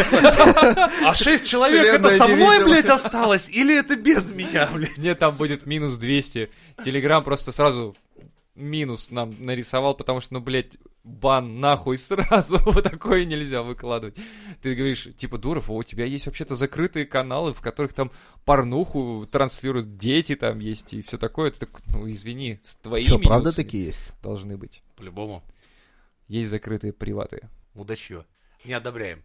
[SPEAKER 2] А шесть человек это
[SPEAKER 3] Вселенная
[SPEAKER 2] со
[SPEAKER 3] не
[SPEAKER 2] мной,
[SPEAKER 3] видела.
[SPEAKER 2] блядь, осталось? Или это без меня, блядь?
[SPEAKER 1] Нет, там будет минус 200. Телеграм просто сразу минус нам нарисовал, потому что, ну, блядь, бан нахуй сразу, вот такое нельзя выкладывать. Ты говоришь, типа, Дуров, у тебя есть вообще-то закрытые каналы, в которых там порнуху транслируют дети там есть и все такое. Ты так, ну, извини, с твоими
[SPEAKER 3] Че, правда
[SPEAKER 1] минусами
[SPEAKER 3] такие есть?
[SPEAKER 1] должны быть.
[SPEAKER 2] По-любому.
[SPEAKER 1] Есть закрытые приваты.
[SPEAKER 2] Удачье. Не одобряем.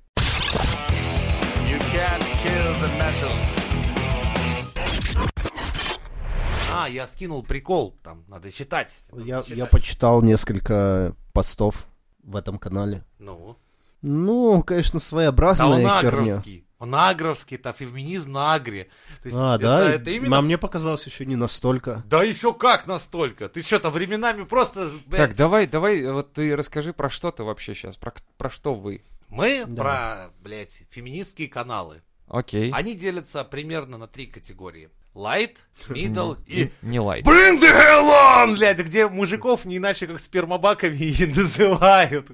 [SPEAKER 2] А, я скинул прикол, там надо читать.
[SPEAKER 3] Я,
[SPEAKER 2] Надо
[SPEAKER 3] я
[SPEAKER 2] читать.
[SPEAKER 3] почитал несколько постов в этом канале.
[SPEAKER 2] Ну,
[SPEAKER 3] Ну, конечно,
[SPEAKER 2] да он
[SPEAKER 3] своеобразная херня.
[SPEAKER 2] агровский. Он агровский, там феминизм на агре. То есть
[SPEAKER 3] А,
[SPEAKER 2] это-
[SPEAKER 3] да?
[SPEAKER 2] Это
[SPEAKER 3] А
[SPEAKER 2] именно
[SPEAKER 3] мне показалось еще не настолько.
[SPEAKER 2] Да еще как настолько? Ты что-то временами просто... блядь,
[SPEAKER 1] Так, давай, давай, э, вот ты расскажи про что ты вообще сейчас, про, к- про что вы.
[SPEAKER 2] Мы
[SPEAKER 3] Да.
[SPEAKER 2] про, блядь, феминистские каналы.
[SPEAKER 1] Окей.
[SPEAKER 2] Они делятся примерно на три категории. Light, middle и...
[SPEAKER 1] Не лайк.
[SPEAKER 2] Bring the hell on! Блядь, где мужиков не иначе как спермобаками и называют.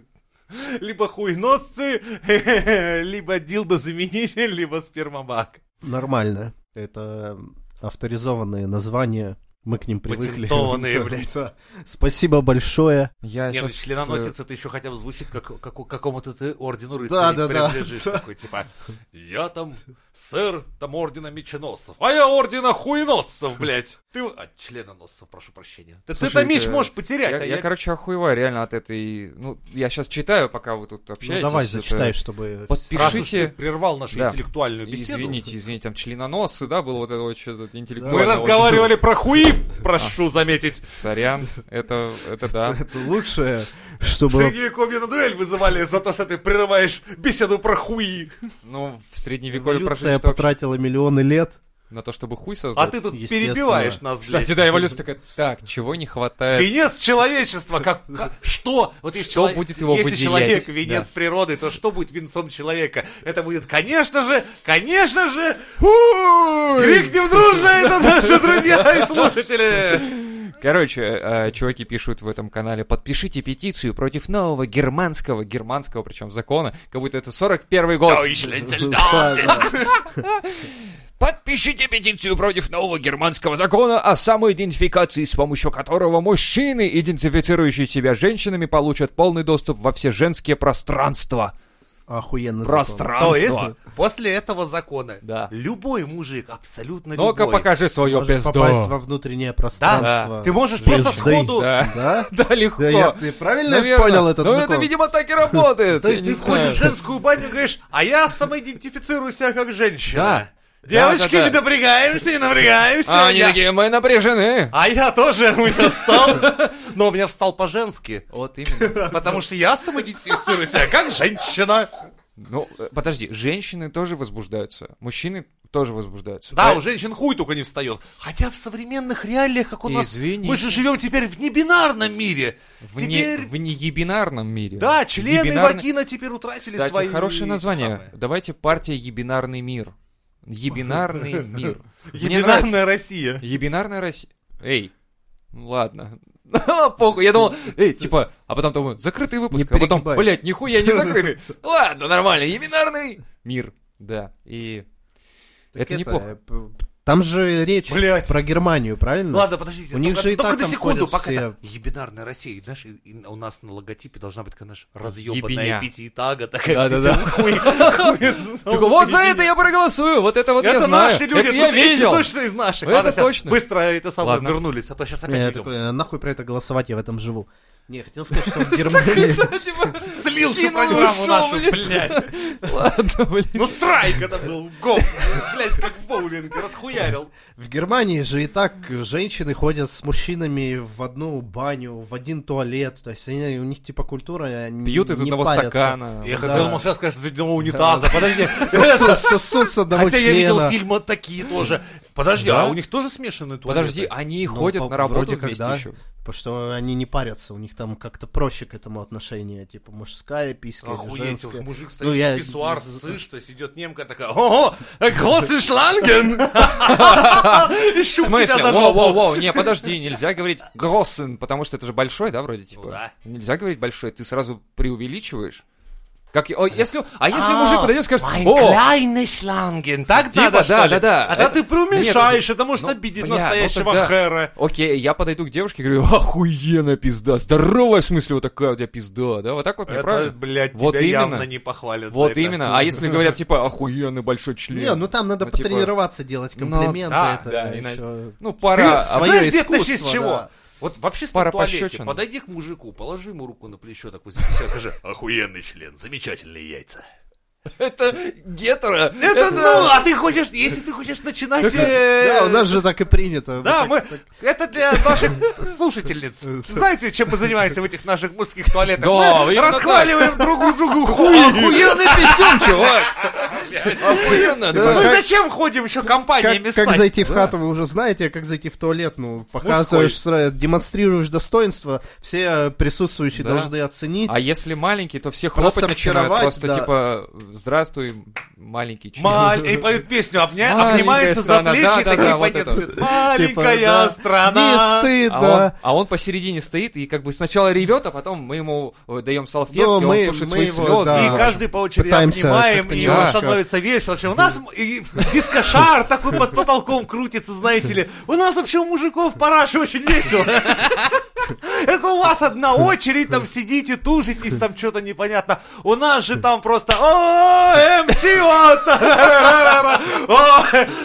[SPEAKER 2] Либо хуйносцы, либо дилдозаменитель, либо спермобак.
[SPEAKER 3] Нормально. Это авторизованные названия. Мы к ним привыкли.
[SPEAKER 2] Патентованные,
[SPEAKER 3] Да,
[SPEAKER 2] блядь.
[SPEAKER 3] да. Спасибо большое.
[SPEAKER 1] Я
[SPEAKER 2] Не, ну,
[SPEAKER 1] щас, э,
[SPEAKER 2] членоносец это еще хотя бы звучит как, как у- какому-то ты ордену рыцарей
[SPEAKER 3] Да, да, да.
[SPEAKER 2] принадлежишь.
[SPEAKER 3] Да.
[SPEAKER 2] Такой, типа, я там сэр, там ордена меченосцев, а я ордена хуеносцев, блядь. Ты... А, членоносцев, прошу прощения. Ты,
[SPEAKER 1] Слушайте,
[SPEAKER 2] ты томишь, можешь потерять.
[SPEAKER 1] Я,
[SPEAKER 2] а
[SPEAKER 1] я, короче, охуеваю реально от этой... Ну, я сейчас читаю, пока вы тут
[SPEAKER 3] Ну
[SPEAKER 1] общаетесь.
[SPEAKER 3] давай
[SPEAKER 1] Это-
[SPEAKER 3] зачитай, чтобы...
[SPEAKER 1] Подпиши.
[SPEAKER 2] Раз уж
[SPEAKER 1] пишите-
[SPEAKER 2] ты прервал нашу
[SPEAKER 1] Да.
[SPEAKER 2] интеллектуальную беседу.
[SPEAKER 1] Извините, извините, там членоносы, да, было вот это вот что-то интеллектуальное.
[SPEAKER 2] Мы
[SPEAKER 1] очень-
[SPEAKER 2] разговаривали про хуи,
[SPEAKER 1] А.
[SPEAKER 2] прошу заметить.
[SPEAKER 1] Сорян, это, это да.
[SPEAKER 3] Это лучшее, что
[SPEAKER 2] В
[SPEAKER 3] было...
[SPEAKER 2] средневековье на дуэль вызывали за то, что ты прерываешь беседу про хуи.
[SPEAKER 1] Ну, в средневековье прошли
[SPEAKER 3] Эволюция
[SPEAKER 1] что вообще-
[SPEAKER 3] потратила миллионы лет.
[SPEAKER 1] на то, чтобы хуй создать.
[SPEAKER 2] А ты тут
[SPEAKER 3] Естественно.
[SPEAKER 2] перебиваешь нас, блядь.
[SPEAKER 1] Кстати, да, эволюция такая, так, чего не хватает?
[SPEAKER 2] Венец человечества, как, как- что? Вот если
[SPEAKER 1] Что
[SPEAKER 2] человек-
[SPEAKER 1] будет его
[SPEAKER 2] если
[SPEAKER 1] выделять?
[SPEAKER 2] человек венец
[SPEAKER 1] Да.
[SPEAKER 2] природы, то что будет венцом человека? Это будет, конечно же, конечно же, крикнем дружно, это наши друзья и слушатели.
[SPEAKER 1] Короче, э, э, чуваки пишут в этом канале, подпишите петицию против нового германского, германского причем закона, как будто это 41 год. Подпишите петицию против нового германского закона о самоидентификации, с помощью которого мужчины, идентифицирующие себя женщинами, получат полный доступ во все женские пространства.
[SPEAKER 3] Охуенно. запомнил.
[SPEAKER 1] Пространство.
[SPEAKER 2] То есть, после этого закона
[SPEAKER 1] Да.
[SPEAKER 2] любой мужик, абсолютно
[SPEAKER 1] Ну-ка
[SPEAKER 2] любой,
[SPEAKER 1] покажи свое
[SPEAKER 3] Может попасть
[SPEAKER 1] пизду.
[SPEAKER 3] во внутреннее
[SPEAKER 2] да,
[SPEAKER 3] пространство.
[SPEAKER 2] ты можешь
[SPEAKER 3] Пизды.
[SPEAKER 2] просто сходу...
[SPEAKER 1] Да.
[SPEAKER 3] Да?
[SPEAKER 1] Да, легко.
[SPEAKER 3] Да, я, ты правильно
[SPEAKER 1] Наверно.
[SPEAKER 3] понял этот
[SPEAKER 1] Ну,
[SPEAKER 3] закон?
[SPEAKER 1] это, видимо, так и работает.
[SPEAKER 2] То есть
[SPEAKER 1] Я не
[SPEAKER 2] ты входишь в
[SPEAKER 1] знаю.
[SPEAKER 2] женскую баню и говоришь, а я самоидентифицирую себя как женщина.
[SPEAKER 1] Да.
[SPEAKER 2] Девочки,
[SPEAKER 1] Да, да, да.
[SPEAKER 2] не напрягаемся, не напрягаемся.
[SPEAKER 1] А они
[SPEAKER 2] я-
[SPEAKER 1] такие, мы напряжены.
[SPEAKER 2] А я тоже, у меня встал. Но у меня встал по-женски.
[SPEAKER 1] Вот именно.
[SPEAKER 2] Потому что я самоидентифицирую себя как женщина.
[SPEAKER 1] Ну, э, подожди, женщины тоже возбуждаются. Мужчины тоже возбуждаются.
[SPEAKER 2] Да,
[SPEAKER 1] Поэ-
[SPEAKER 2] у женщин хуй только не встает. Хотя в современных реалиях, как у нас...
[SPEAKER 1] Извините.
[SPEAKER 2] Мы же живем теперь в небинарном мире.
[SPEAKER 1] В, не-
[SPEAKER 2] теперь...
[SPEAKER 1] в неебинарном мире.
[SPEAKER 2] Да, члены
[SPEAKER 1] Ебинарный-
[SPEAKER 2] вагина теперь утратили
[SPEAKER 1] Кстати,
[SPEAKER 2] свои...
[SPEAKER 1] хорошее название.
[SPEAKER 2] самые.
[SPEAKER 1] Давайте партия Ебинарный мир. Ебинарный мир. Мне нравится.
[SPEAKER 2] Ебинарная Россия.
[SPEAKER 1] Ебинарная Россия. Эй, ну ладно. Похуй, я думал, эй, типа, а потом думаю, закрытый выпуск,
[SPEAKER 3] Не
[SPEAKER 1] а потом,
[SPEAKER 3] перегибай.
[SPEAKER 1] блядь, нихуя не закрытый. Ладно, нормально, ебинарный мир, да, и
[SPEAKER 3] Так
[SPEAKER 1] это неплохо.
[SPEAKER 3] э, п- Там же речь
[SPEAKER 2] Блядь.
[SPEAKER 3] про Германию, правильно?
[SPEAKER 2] Ладно, подождите.
[SPEAKER 3] У них
[SPEAKER 2] только,
[SPEAKER 3] же и
[SPEAKER 2] только
[SPEAKER 3] так
[SPEAKER 2] на
[SPEAKER 3] там
[SPEAKER 2] секунду,
[SPEAKER 3] ходят
[SPEAKER 2] пока
[SPEAKER 3] все.
[SPEAKER 2] там ебинарная Россия, и, знаешь, и- и у нас на логотипе должна быть, конечно, разъебанная
[SPEAKER 1] Ебеня.
[SPEAKER 2] пятиэтага такая.
[SPEAKER 1] Да-да-да.
[SPEAKER 2] где хуй- хуй с-
[SPEAKER 1] Только вот за это я проголосую, вот это вот я
[SPEAKER 2] Это
[SPEAKER 1] знаю,
[SPEAKER 2] наши люди,
[SPEAKER 1] это я
[SPEAKER 2] тут эти
[SPEAKER 1] видел.
[SPEAKER 2] точно из наших.
[SPEAKER 1] Это
[SPEAKER 2] Ладно, всё,
[SPEAKER 1] точно.
[SPEAKER 2] Быстро это самое
[SPEAKER 1] Ладно.
[SPEAKER 2] вернулись, а то сейчас
[SPEAKER 3] Не, я
[SPEAKER 2] опять
[SPEAKER 3] такой,
[SPEAKER 2] перейдем.
[SPEAKER 3] э, нахуй про это голосовать, я в этом живу. Не, хотел сказать, что в Германии...
[SPEAKER 1] Типа,
[SPEAKER 2] Слил всю
[SPEAKER 1] Кинул,
[SPEAKER 2] программу
[SPEAKER 1] ушёл,
[SPEAKER 2] нашу,
[SPEAKER 1] блин.
[SPEAKER 2] блядь.
[SPEAKER 1] Ладно, блин.
[SPEAKER 2] Ну страйк это был, гоп. Блядь, как в боулинг, расхуярил.
[SPEAKER 3] В Германии же и так женщины ходят с мужчинами в одну баню, в один туалет. То есть они, у них типа культура, они
[SPEAKER 1] Пьют из
[SPEAKER 3] не
[SPEAKER 1] одного
[SPEAKER 3] парятся.
[SPEAKER 1] стакана.
[SPEAKER 2] Я
[SPEAKER 3] Да.
[SPEAKER 2] хотел, думал, сейчас скажешь, из одного унитаза, подожди.
[SPEAKER 3] Сосут, сосут с одного
[SPEAKER 2] Хотя я видел
[SPEAKER 3] члена.
[SPEAKER 2] фильмы такие тоже. Подожди,
[SPEAKER 1] Да?
[SPEAKER 2] а у них тоже А, смешанные туалеты?
[SPEAKER 1] Подожди, они
[SPEAKER 3] Ну,
[SPEAKER 1] ходят
[SPEAKER 3] по-
[SPEAKER 1] на работу
[SPEAKER 3] вроде как,
[SPEAKER 1] вместе
[SPEAKER 3] да.
[SPEAKER 1] еще.
[SPEAKER 3] Потому что они не парятся, у них там как-то проще к этому отношение. Типа мужская
[SPEAKER 1] а
[SPEAKER 3] писька, или
[SPEAKER 2] Охуеть,
[SPEAKER 3] женская.
[SPEAKER 2] вот мужик стоит,
[SPEAKER 3] Ну, я-
[SPEAKER 2] писсуар сышь, то есть идет немка такая, ого, гросы шланген! И
[SPEAKER 1] В
[SPEAKER 2] щуп тебя
[SPEAKER 1] смысле?
[SPEAKER 2] за
[SPEAKER 1] Воу, воу,
[SPEAKER 2] жопу.
[SPEAKER 1] воу, не, подожди, нельзя говорить гроссен, потому что это же большой, да, вроде типа?
[SPEAKER 2] Ну да.
[SPEAKER 1] Нельзя говорить большой, ты сразу преувеличиваешь. Как, я- о, если, а если
[SPEAKER 2] А,
[SPEAKER 1] мужик подойдет и скажет,
[SPEAKER 2] Mein
[SPEAKER 1] о,
[SPEAKER 2] kleiner Schlangen. Так
[SPEAKER 1] Типа,
[SPEAKER 2] надо, что
[SPEAKER 1] да,
[SPEAKER 2] ли?
[SPEAKER 1] да, да.
[SPEAKER 2] А то
[SPEAKER 1] Это-
[SPEAKER 2] ты преуменьшаешь, это может
[SPEAKER 1] ну,
[SPEAKER 2] обидеть
[SPEAKER 1] бля, ну
[SPEAKER 2] настоящего
[SPEAKER 1] тогда-
[SPEAKER 2] хэра.
[SPEAKER 1] окей, я подойду к девушке и говорю, охуенная пизда, здоровая в смысле вот такая у тебя пизда, да, вот так вот,
[SPEAKER 2] Это,
[SPEAKER 1] неправильно?
[SPEAKER 2] блядь,
[SPEAKER 1] Вот
[SPEAKER 2] тебя
[SPEAKER 1] именно.
[SPEAKER 2] явно не похвалят. за
[SPEAKER 1] Вот
[SPEAKER 2] это.
[SPEAKER 1] именно, а если говорят, типа, охуенный большой член.
[SPEAKER 3] Не, ну там надо
[SPEAKER 1] Ну, типа-
[SPEAKER 3] потренироваться делать комплименты.
[SPEAKER 2] да,
[SPEAKER 3] это
[SPEAKER 1] да,
[SPEAKER 3] ещё-
[SPEAKER 1] Ну, пора,
[SPEAKER 3] Ты
[SPEAKER 1] а
[SPEAKER 3] своё
[SPEAKER 2] Знаешь, дед, начни с
[SPEAKER 3] искусство,
[SPEAKER 2] чего?
[SPEAKER 3] да.
[SPEAKER 2] Вот в общественном
[SPEAKER 1] Пара
[SPEAKER 2] туалете
[SPEAKER 1] пощечин.
[SPEAKER 2] подойди к мужику, положи ему руку на плечо, так вот здесь, скажи, охуенный член, замечательные яйца.
[SPEAKER 1] это гетеро.
[SPEAKER 2] Это, ну, а ты хочешь, если ты хочешь начинать... э,
[SPEAKER 3] Да, у нас же так и принято.
[SPEAKER 2] Да,
[SPEAKER 3] Вот
[SPEAKER 2] мы... Это для наших слушательниц. Знаете, чем мы занимаемся в этих наших мужских туалетах?
[SPEAKER 1] Да,
[SPEAKER 2] мы
[SPEAKER 1] именно
[SPEAKER 2] расхваливаем друг другу хуй.
[SPEAKER 1] Охуенный писюн, чувак! Охуенно, да.
[SPEAKER 2] Мы
[SPEAKER 3] как-
[SPEAKER 2] зачем ходим еще компаниями
[SPEAKER 3] Как, как
[SPEAKER 2] ссать?
[SPEAKER 3] зайти в хату, вы уже знаете, а как зайти в туалет, ну, показываешь, сра- демонстрируешь достоинство, все присутствующие
[SPEAKER 1] Да.
[SPEAKER 3] должны оценить.
[SPEAKER 1] А если маленький, то все
[SPEAKER 3] Просто
[SPEAKER 1] хлопать начинают.
[SPEAKER 3] очаровать,
[SPEAKER 1] Просто
[SPEAKER 3] да.
[SPEAKER 1] типа, здравствуй, маленький член.
[SPEAKER 2] Маль... И поют песню, обня...
[SPEAKER 1] Маленькая
[SPEAKER 2] обнимается за
[SPEAKER 1] страна,
[SPEAKER 2] плечи,
[SPEAKER 1] да, да,
[SPEAKER 2] такие
[SPEAKER 1] да, вот
[SPEAKER 2] понятные.
[SPEAKER 1] это.
[SPEAKER 3] Типа,
[SPEAKER 2] Маленькая
[SPEAKER 3] да,
[SPEAKER 2] страна.
[SPEAKER 3] Не
[SPEAKER 1] А,
[SPEAKER 3] стыдно.
[SPEAKER 1] он, а он посередине стоит и как бы сначала ревет, а потом мы ему э, даем салфетки,
[SPEAKER 3] Ну, мы-
[SPEAKER 1] он сушит
[SPEAKER 3] мы
[SPEAKER 1] свои
[SPEAKER 3] его,
[SPEAKER 1] слезы.
[SPEAKER 3] да.
[SPEAKER 2] И каждый по очереди
[SPEAKER 3] Пытаемся
[SPEAKER 2] обнимаем,
[SPEAKER 3] как-то
[SPEAKER 2] и
[SPEAKER 3] немножко.
[SPEAKER 2] ему становится весело. Что У нас м- и дискошар такой под потолком крутится, знаете ли. У нас вообще у мужиков параши очень весело. Это у вас одна очередь, там сидите, тужитесь, там что-то непонятно. У нас же там просто о МС,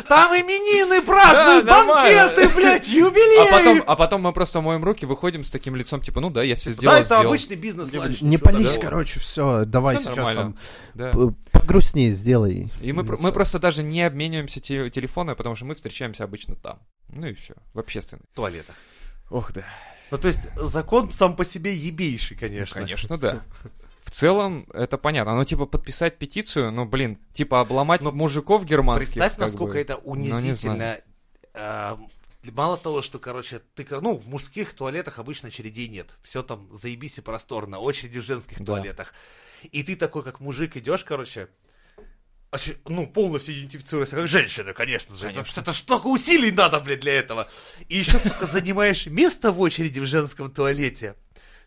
[SPEAKER 2] там именины празднуют,
[SPEAKER 1] Да, нормально.
[SPEAKER 2] банкеты, блядь,
[SPEAKER 1] А потом,
[SPEAKER 2] юбилеи.
[SPEAKER 1] а потом мы просто моем руки, выходим с таким лицом, типа, ну да, я все сделал,
[SPEAKER 2] Да, это
[SPEAKER 1] сделал.
[SPEAKER 2] обычный бизнес ланч.
[SPEAKER 3] Не
[SPEAKER 2] Чё-то,
[SPEAKER 3] пались,
[SPEAKER 2] да.
[SPEAKER 3] короче, все, давай
[SPEAKER 1] Всё
[SPEAKER 3] сейчас
[SPEAKER 1] нормально.
[SPEAKER 3] там
[SPEAKER 1] Да.
[SPEAKER 3] п- погрустнее сделай.
[SPEAKER 1] И мы, про-
[SPEAKER 3] Ну,
[SPEAKER 1] мы
[SPEAKER 3] всё.
[SPEAKER 1] просто даже не обмениваемся те- телефонами, потому что мы встречаемся обычно там. Ну и все, в общественной.
[SPEAKER 2] В туалетах.
[SPEAKER 1] Ох да.
[SPEAKER 2] Ну, то есть, закон сам по себе ебейший, конечно.
[SPEAKER 1] Ну, Конечно, да. В целом, это понятно. Ну, типа, подписать петицию, ну, блин, типа, обломать
[SPEAKER 2] Ну,
[SPEAKER 1] мужиков германских.
[SPEAKER 2] Представь,
[SPEAKER 1] как
[SPEAKER 2] насколько
[SPEAKER 1] бы. Ну,
[SPEAKER 2] это
[SPEAKER 1] не знаю.
[SPEAKER 2] унизительно. А, Мало того, что, короче, ты, ко- ну, в мужских туалетах обычно очередей нет. Все там заебись и просторно. Очереди в женских
[SPEAKER 1] Да.
[SPEAKER 2] туалетах. И ты такой, как мужик, идешь, короче, оч- ну, полностью идентифицируешься как женщина, конечно же. Это, ж- это ж столько усилий надо, блядь, для этого. И еще, сука, занимаешь место в очереди в женском туалете.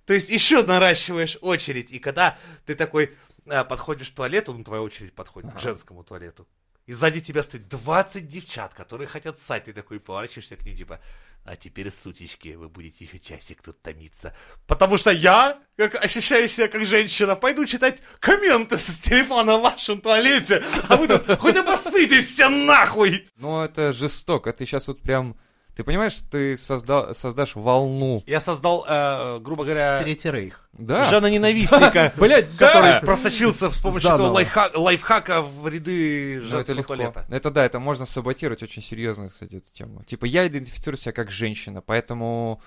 [SPEAKER 2] То есть еще наращиваешь очередь. И когда ты такой а, подходишь к туалету, ну, твоя очередь подходит к женскому туалету. И сзади тебя стоит 20 девчат, которые хотят ссать. Ты такой поворачиваешься к ним, типа, а теперь, сутички, вы будете еще часик тут томиться. Потому что я, как ощущаю себя как женщина, пойду читать комменты с телефона в вашем туалете. А вы тут хоть обоссытесь все нахуй.
[SPEAKER 1] Ну, это жестоко. Ты сейчас вот прям... Ты понимаешь, ты созда- создашь волну.
[SPEAKER 2] Я создал, э, грубо говоря,
[SPEAKER 3] Третий рейх.
[SPEAKER 1] Да.
[SPEAKER 2] ненавистника.
[SPEAKER 1] Блять,
[SPEAKER 2] который
[SPEAKER 1] да!
[SPEAKER 2] просочился с помощью
[SPEAKER 3] Заново.
[SPEAKER 2] этого лайфха- лайфхака в ряды
[SPEAKER 1] Ну, это
[SPEAKER 2] женского
[SPEAKER 1] легко.
[SPEAKER 2] туалета.
[SPEAKER 1] Это да, это можно саботировать очень серьезно, кстати, эту тему. Типа, я идентифицирую себя как женщина, поэтому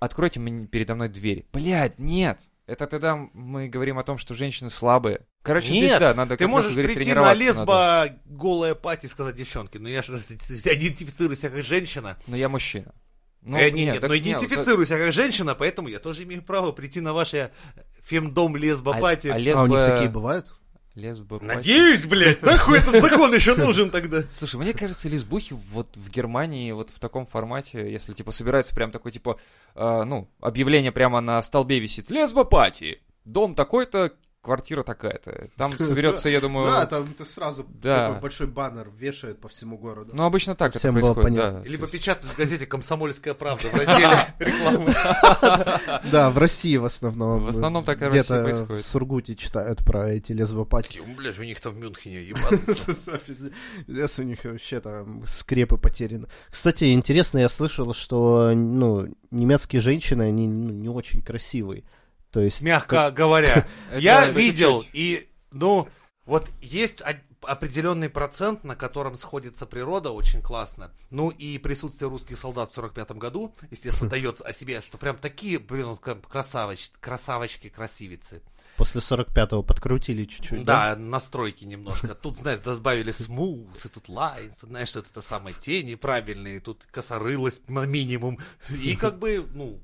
[SPEAKER 1] откройте мне передо мной двери. Блядь, нет! Это тогда мы говорим о том, что женщины слабые. Короче, здесь,
[SPEAKER 2] Нет,
[SPEAKER 1] да, надо
[SPEAKER 2] Ты
[SPEAKER 1] как
[SPEAKER 2] можешь
[SPEAKER 1] Лёха говорит,
[SPEAKER 2] прийти на
[SPEAKER 1] тренироваться надо.
[SPEAKER 2] лесбо голая пати и сказать, девчонки, ну я же идентифицирую себя как женщина.
[SPEAKER 1] Но я мужчина. Ну,
[SPEAKER 2] Э, не, нет,
[SPEAKER 1] да
[SPEAKER 2] но
[SPEAKER 1] нет, вот это-
[SPEAKER 2] идентифицирую себя как женщина, поэтому я тоже имею право прийти на ваше фемдом лесбо пати.
[SPEAKER 1] А, а
[SPEAKER 3] А у них
[SPEAKER 1] лесбо-
[SPEAKER 3] такие бывают?
[SPEAKER 1] лесбо-
[SPEAKER 2] Надеюсь, блядь, нахуй этот закон еще нужен тогда.
[SPEAKER 1] Слушай, мне кажется, лесбухи вот в Германии вот в таком формате, если типа собирается прям такой типа, э, ну, объявление прямо на столбе висит. Лесбопати! Дом такой-то, квартира такая-то. Там соберется, я
[SPEAKER 3] Да,
[SPEAKER 1] думаю...
[SPEAKER 3] там ты сразу
[SPEAKER 1] Да.
[SPEAKER 3] такой большой баннер вешают по всему городу.
[SPEAKER 1] Ну, обычно так это
[SPEAKER 3] Всем было
[SPEAKER 1] происходит,
[SPEAKER 3] понятно.
[SPEAKER 1] да.
[SPEAKER 2] Либо печатают в газете «Комсомольская правда» в разделе рекламы.
[SPEAKER 3] Да, в России в основном.
[SPEAKER 1] В основном так и в России
[SPEAKER 3] Где-то в
[SPEAKER 1] происходит.
[SPEAKER 3] Сургуте читают про эти лезвопатики.
[SPEAKER 2] Такие, «М, Блядь, у них там в Мюнхене ебаный.
[SPEAKER 3] Пиздец, у них вообще там скрепы потеряны. Кстати, интересно, я слышал, что ну, немецкие женщины, они ну, не очень красивые. То есть...
[SPEAKER 2] Мягко говоря.
[SPEAKER 1] Это
[SPEAKER 2] Я
[SPEAKER 1] чуть-чуть.
[SPEAKER 2] видел, и, ну, вот есть о- определенный процент, на котором сходится природа, очень классно. Ну и присутствие русских солдат в 45 году, естественно, дает о себе, что прям такие, блин, вот прям красавоч- красавочки, красивицы.
[SPEAKER 3] После 45-го подкрутили чуть-чуть. Да.
[SPEAKER 2] Да, настройки немножко. Тут, знаешь, добавили смут, и тут лайн, знаешь, тут это самое тени правильные, тут косорылость на минимум. И как бы, ну,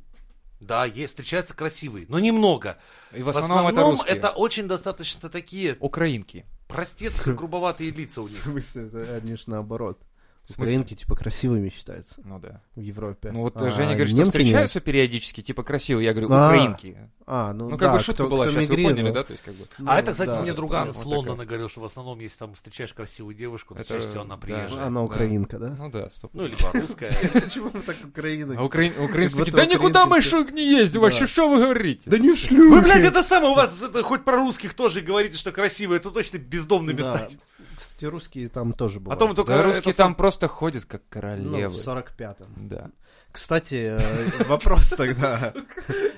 [SPEAKER 2] да, есть, встречаются красивые, но немного.
[SPEAKER 1] И в основном, это русские.
[SPEAKER 2] это очень достаточно такие
[SPEAKER 1] Украинки.
[SPEAKER 3] Хм.
[SPEAKER 2] Простецкие, грубоватые лица у
[SPEAKER 3] В
[SPEAKER 2] них.
[SPEAKER 3] смысле, это они же наоборот.
[SPEAKER 1] В смысле?
[SPEAKER 3] Украинки типа красивыми считаются
[SPEAKER 1] Ну да.
[SPEAKER 3] в Европе.
[SPEAKER 1] Ну вот
[SPEAKER 3] А
[SPEAKER 1] э, Женя говорит, что
[SPEAKER 3] немки нет.
[SPEAKER 1] встречаются периодически, типа красивые. Я говорю,
[SPEAKER 3] А.
[SPEAKER 1] украинки.
[SPEAKER 3] А, ну,
[SPEAKER 1] Ну как бы
[SPEAKER 3] да,
[SPEAKER 1] шутка
[SPEAKER 3] кто-
[SPEAKER 1] была
[SPEAKER 3] кто
[SPEAKER 1] сейчас, вы
[SPEAKER 3] мигрировал.
[SPEAKER 1] поняли, да? То есть как бы...
[SPEAKER 3] Ну,
[SPEAKER 2] А это, кстати,
[SPEAKER 3] да.
[SPEAKER 2] мне друган
[SPEAKER 1] Вот
[SPEAKER 2] с
[SPEAKER 1] такая.
[SPEAKER 2] Лондона говорил, что в основном, если там встречаешь красивую девушку,
[SPEAKER 1] Это-
[SPEAKER 2] то чаще всего она
[SPEAKER 1] да.
[SPEAKER 2] приезжая.
[SPEAKER 1] Ну,
[SPEAKER 3] Она украинка, да?
[SPEAKER 1] Ну да, стоп.
[SPEAKER 2] Ну, либо русская.
[SPEAKER 3] Почему мы так Украина?
[SPEAKER 1] А украин- украинские такие,
[SPEAKER 3] Как будто
[SPEAKER 1] да никуда мы
[SPEAKER 3] украинки
[SPEAKER 1] шо не ездим,
[SPEAKER 3] Да.
[SPEAKER 1] вообще что вы говорите?
[SPEAKER 3] Да не
[SPEAKER 2] Вы,
[SPEAKER 3] шлюхи!
[SPEAKER 2] блядь, это самое, у вас это хоть про русских тоже говорите, что красивые, то точно бездомными
[SPEAKER 3] Да.
[SPEAKER 2] станете.
[SPEAKER 3] Кстати, русские там тоже
[SPEAKER 2] А
[SPEAKER 3] бывают.
[SPEAKER 2] то мы
[SPEAKER 1] Да
[SPEAKER 2] только... это
[SPEAKER 1] русские
[SPEAKER 2] сам-
[SPEAKER 1] там просто ходят как
[SPEAKER 3] Ну, в
[SPEAKER 1] королевы.
[SPEAKER 3] 45-м.
[SPEAKER 1] Да.
[SPEAKER 3] Кстати, э, вопрос тогда.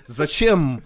[SPEAKER 3] Зачем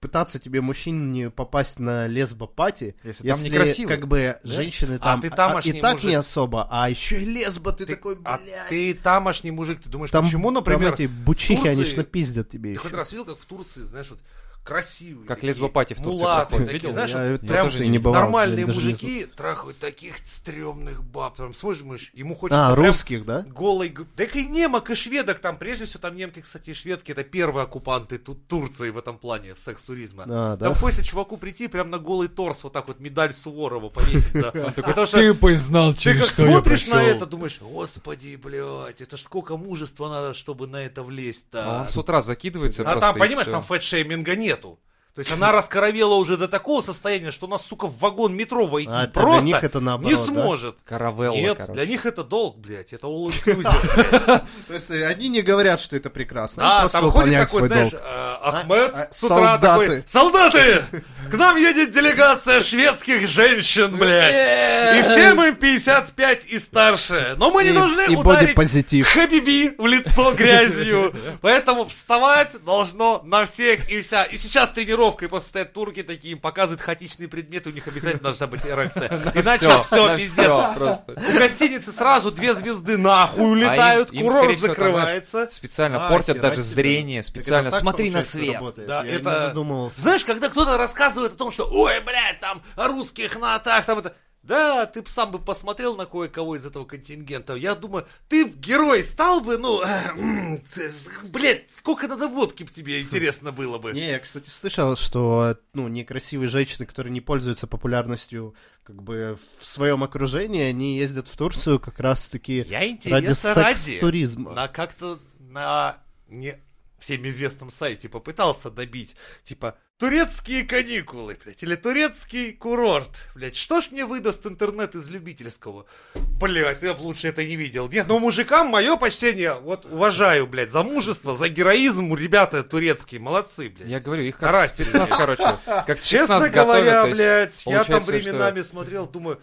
[SPEAKER 3] пытаться тебе, мужчине, попасть на лесбопати,
[SPEAKER 1] Если там
[SPEAKER 3] если
[SPEAKER 1] некрасиво.
[SPEAKER 3] как бы женщины
[SPEAKER 2] А
[SPEAKER 3] там
[SPEAKER 2] ты
[SPEAKER 3] а-
[SPEAKER 2] тамошний
[SPEAKER 3] и так
[SPEAKER 2] мужик.
[SPEAKER 3] не особо, а еще и лесба, ты
[SPEAKER 2] Ты-
[SPEAKER 3] такой,
[SPEAKER 2] а
[SPEAKER 3] блядь.
[SPEAKER 2] ты тамошний мужик, ты думаешь,
[SPEAKER 3] Там,
[SPEAKER 2] почему,
[SPEAKER 3] там
[SPEAKER 2] например,
[SPEAKER 3] эти бучихи,
[SPEAKER 2] Турции-
[SPEAKER 3] они ж напиздят
[SPEAKER 2] ты
[SPEAKER 3] тебе еще.
[SPEAKER 2] хоть раз видел, как в Турции, знаешь, вот красивые
[SPEAKER 1] Как
[SPEAKER 2] такие,
[SPEAKER 1] лесбопати в Турции
[SPEAKER 2] мулаты
[SPEAKER 1] проходят,
[SPEAKER 2] такие,
[SPEAKER 1] видел?
[SPEAKER 2] знаешь,
[SPEAKER 3] Я
[SPEAKER 2] вот
[SPEAKER 3] вот
[SPEAKER 2] прям
[SPEAKER 1] тоже
[SPEAKER 3] и не бывал,
[SPEAKER 2] нормальные
[SPEAKER 3] блин, даже не
[SPEAKER 2] мужики трахают таких стрёмных баб. Прям смотришь, думаешь, ему хочется
[SPEAKER 3] А,
[SPEAKER 2] прям
[SPEAKER 3] русских, да?
[SPEAKER 2] голой... г- Да и немок, и шведок там. Прежде всего, там немки, кстати, и шведки. Это первые оккупанты Ту- Турции в этом плане, в секс-туризма.
[SPEAKER 3] А, да.
[SPEAKER 2] Там хочется чуваку прийти, прям на голый торс вот так вот медаль Суворова повесить. да. Потому что
[SPEAKER 1] Ты бы знал,
[SPEAKER 2] ты
[SPEAKER 1] через
[SPEAKER 2] как
[SPEAKER 1] что я
[SPEAKER 2] смотришь на
[SPEAKER 1] прошёл.
[SPEAKER 2] это, думаешь, господи, блядь, это ж сколько мужества надо, чтобы на это
[SPEAKER 1] А
[SPEAKER 2] влезть-то.
[SPEAKER 1] он с утра закидывается
[SPEAKER 2] А
[SPEAKER 1] просто
[SPEAKER 2] там,
[SPEAKER 1] и
[SPEAKER 2] понимаешь,
[SPEAKER 1] всё.
[SPEAKER 2] там фэтшейминга нету. То есть она раскоровела уже до такого состояния, что нас, сука, в вагон метро войти
[SPEAKER 3] А, а
[SPEAKER 2] просто
[SPEAKER 3] для них это наоборот,
[SPEAKER 2] не
[SPEAKER 3] да?
[SPEAKER 2] сможет.
[SPEAKER 1] Каравелла,
[SPEAKER 2] Нет,
[SPEAKER 1] короче.
[SPEAKER 2] для них это долг, блядь, это all inclusive.
[SPEAKER 3] То есть э, они не говорят, что это
[SPEAKER 1] Ну,
[SPEAKER 3] прекрасно, они
[SPEAKER 2] Да,
[SPEAKER 3] просто
[SPEAKER 2] А, там ходит
[SPEAKER 3] выполняют
[SPEAKER 2] такой,
[SPEAKER 3] свой
[SPEAKER 2] знаешь,
[SPEAKER 3] долг.
[SPEAKER 2] э, Ахмед
[SPEAKER 3] А, а,
[SPEAKER 2] с утра
[SPEAKER 3] солдаты.
[SPEAKER 2] такой, солдаты, к нам едет делегация шведских
[SPEAKER 1] Э,
[SPEAKER 2] женщин, блядь, и всем им 55 и старше, но мы не
[SPEAKER 3] И-
[SPEAKER 2] должны
[SPEAKER 3] и
[SPEAKER 2] ударить
[SPEAKER 3] бодипозитив.
[SPEAKER 2] Хабиби в лицо грязью. Поэтому вставать должно на всех и вся. И сейчас тренировка, и просто стоят турки такие, им показывают хаотичные предметы, у них обязательно должна быть эрекция. Иначе
[SPEAKER 1] Всё,
[SPEAKER 2] все,
[SPEAKER 1] на
[SPEAKER 2] пиздец.
[SPEAKER 1] всё просто.
[SPEAKER 2] У гостиницы сразу две звезды нахуй улетают,
[SPEAKER 1] А им- им,
[SPEAKER 2] курорт
[SPEAKER 1] скорее всего, там,
[SPEAKER 2] закрывается.
[SPEAKER 1] знаешь, Специально
[SPEAKER 3] А,
[SPEAKER 1] портят даже
[SPEAKER 3] херачит,
[SPEAKER 1] зрение,
[SPEAKER 3] да.
[SPEAKER 1] специально.
[SPEAKER 3] Так это так,
[SPEAKER 1] Смотри на
[SPEAKER 3] получается,
[SPEAKER 1] свет.
[SPEAKER 3] работает.
[SPEAKER 2] Да,
[SPEAKER 3] Я
[SPEAKER 2] это-
[SPEAKER 3] не задумывался.
[SPEAKER 2] Знаешь, когда кто-то рассказывает о том, что ой, блядь, там о русских натах, там это. Да, ты б сам бы посмотрел на кое-кого из этого контингента. Я думаю, ты б герой стал бы, ну, м, ц- с- блядь, сколько надо водки б тебе интересно было бы.
[SPEAKER 3] Не, я, кстати, слышал, что ну, некрасивые женщины, которые не пользуются популярностью как бы в своем окружении, они ездят в Турцию как раз-таки
[SPEAKER 2] Я
[SPEAKER 3] ради
[SPEAKER 2] интереса ради,
[SPEAKER 3] секс-туризма.
[SPEAKER 2] на как-то на не всем известном сайте попытался добить, типа, турецкие каникулы, блядь, или турецкий курорт, блядь, что ж мне выдаст интернет из любительского? Блядь, я б лучше это не видел. Нет, ну мужикам мое почтение, вот уважаю, блядь, за мужество, за героизм, ребята турецкие, молодцы, блядь.
[SPEAKER 1] Я говорю, их как
[SPEAKER 2] Старатели.
[SPEAKER 1] спецназ, короче. Как
[SPEAKER 2] Честно
[SPEAKER 1] спецназ
[SPEAKER 2] говоря,
[SPEAKER 1] готовят. то есть
[SPEAKER 2] блядь, я там
[SPEAKER 1] получается, что-
[SPEAKER 2] временами смотрел, думаю,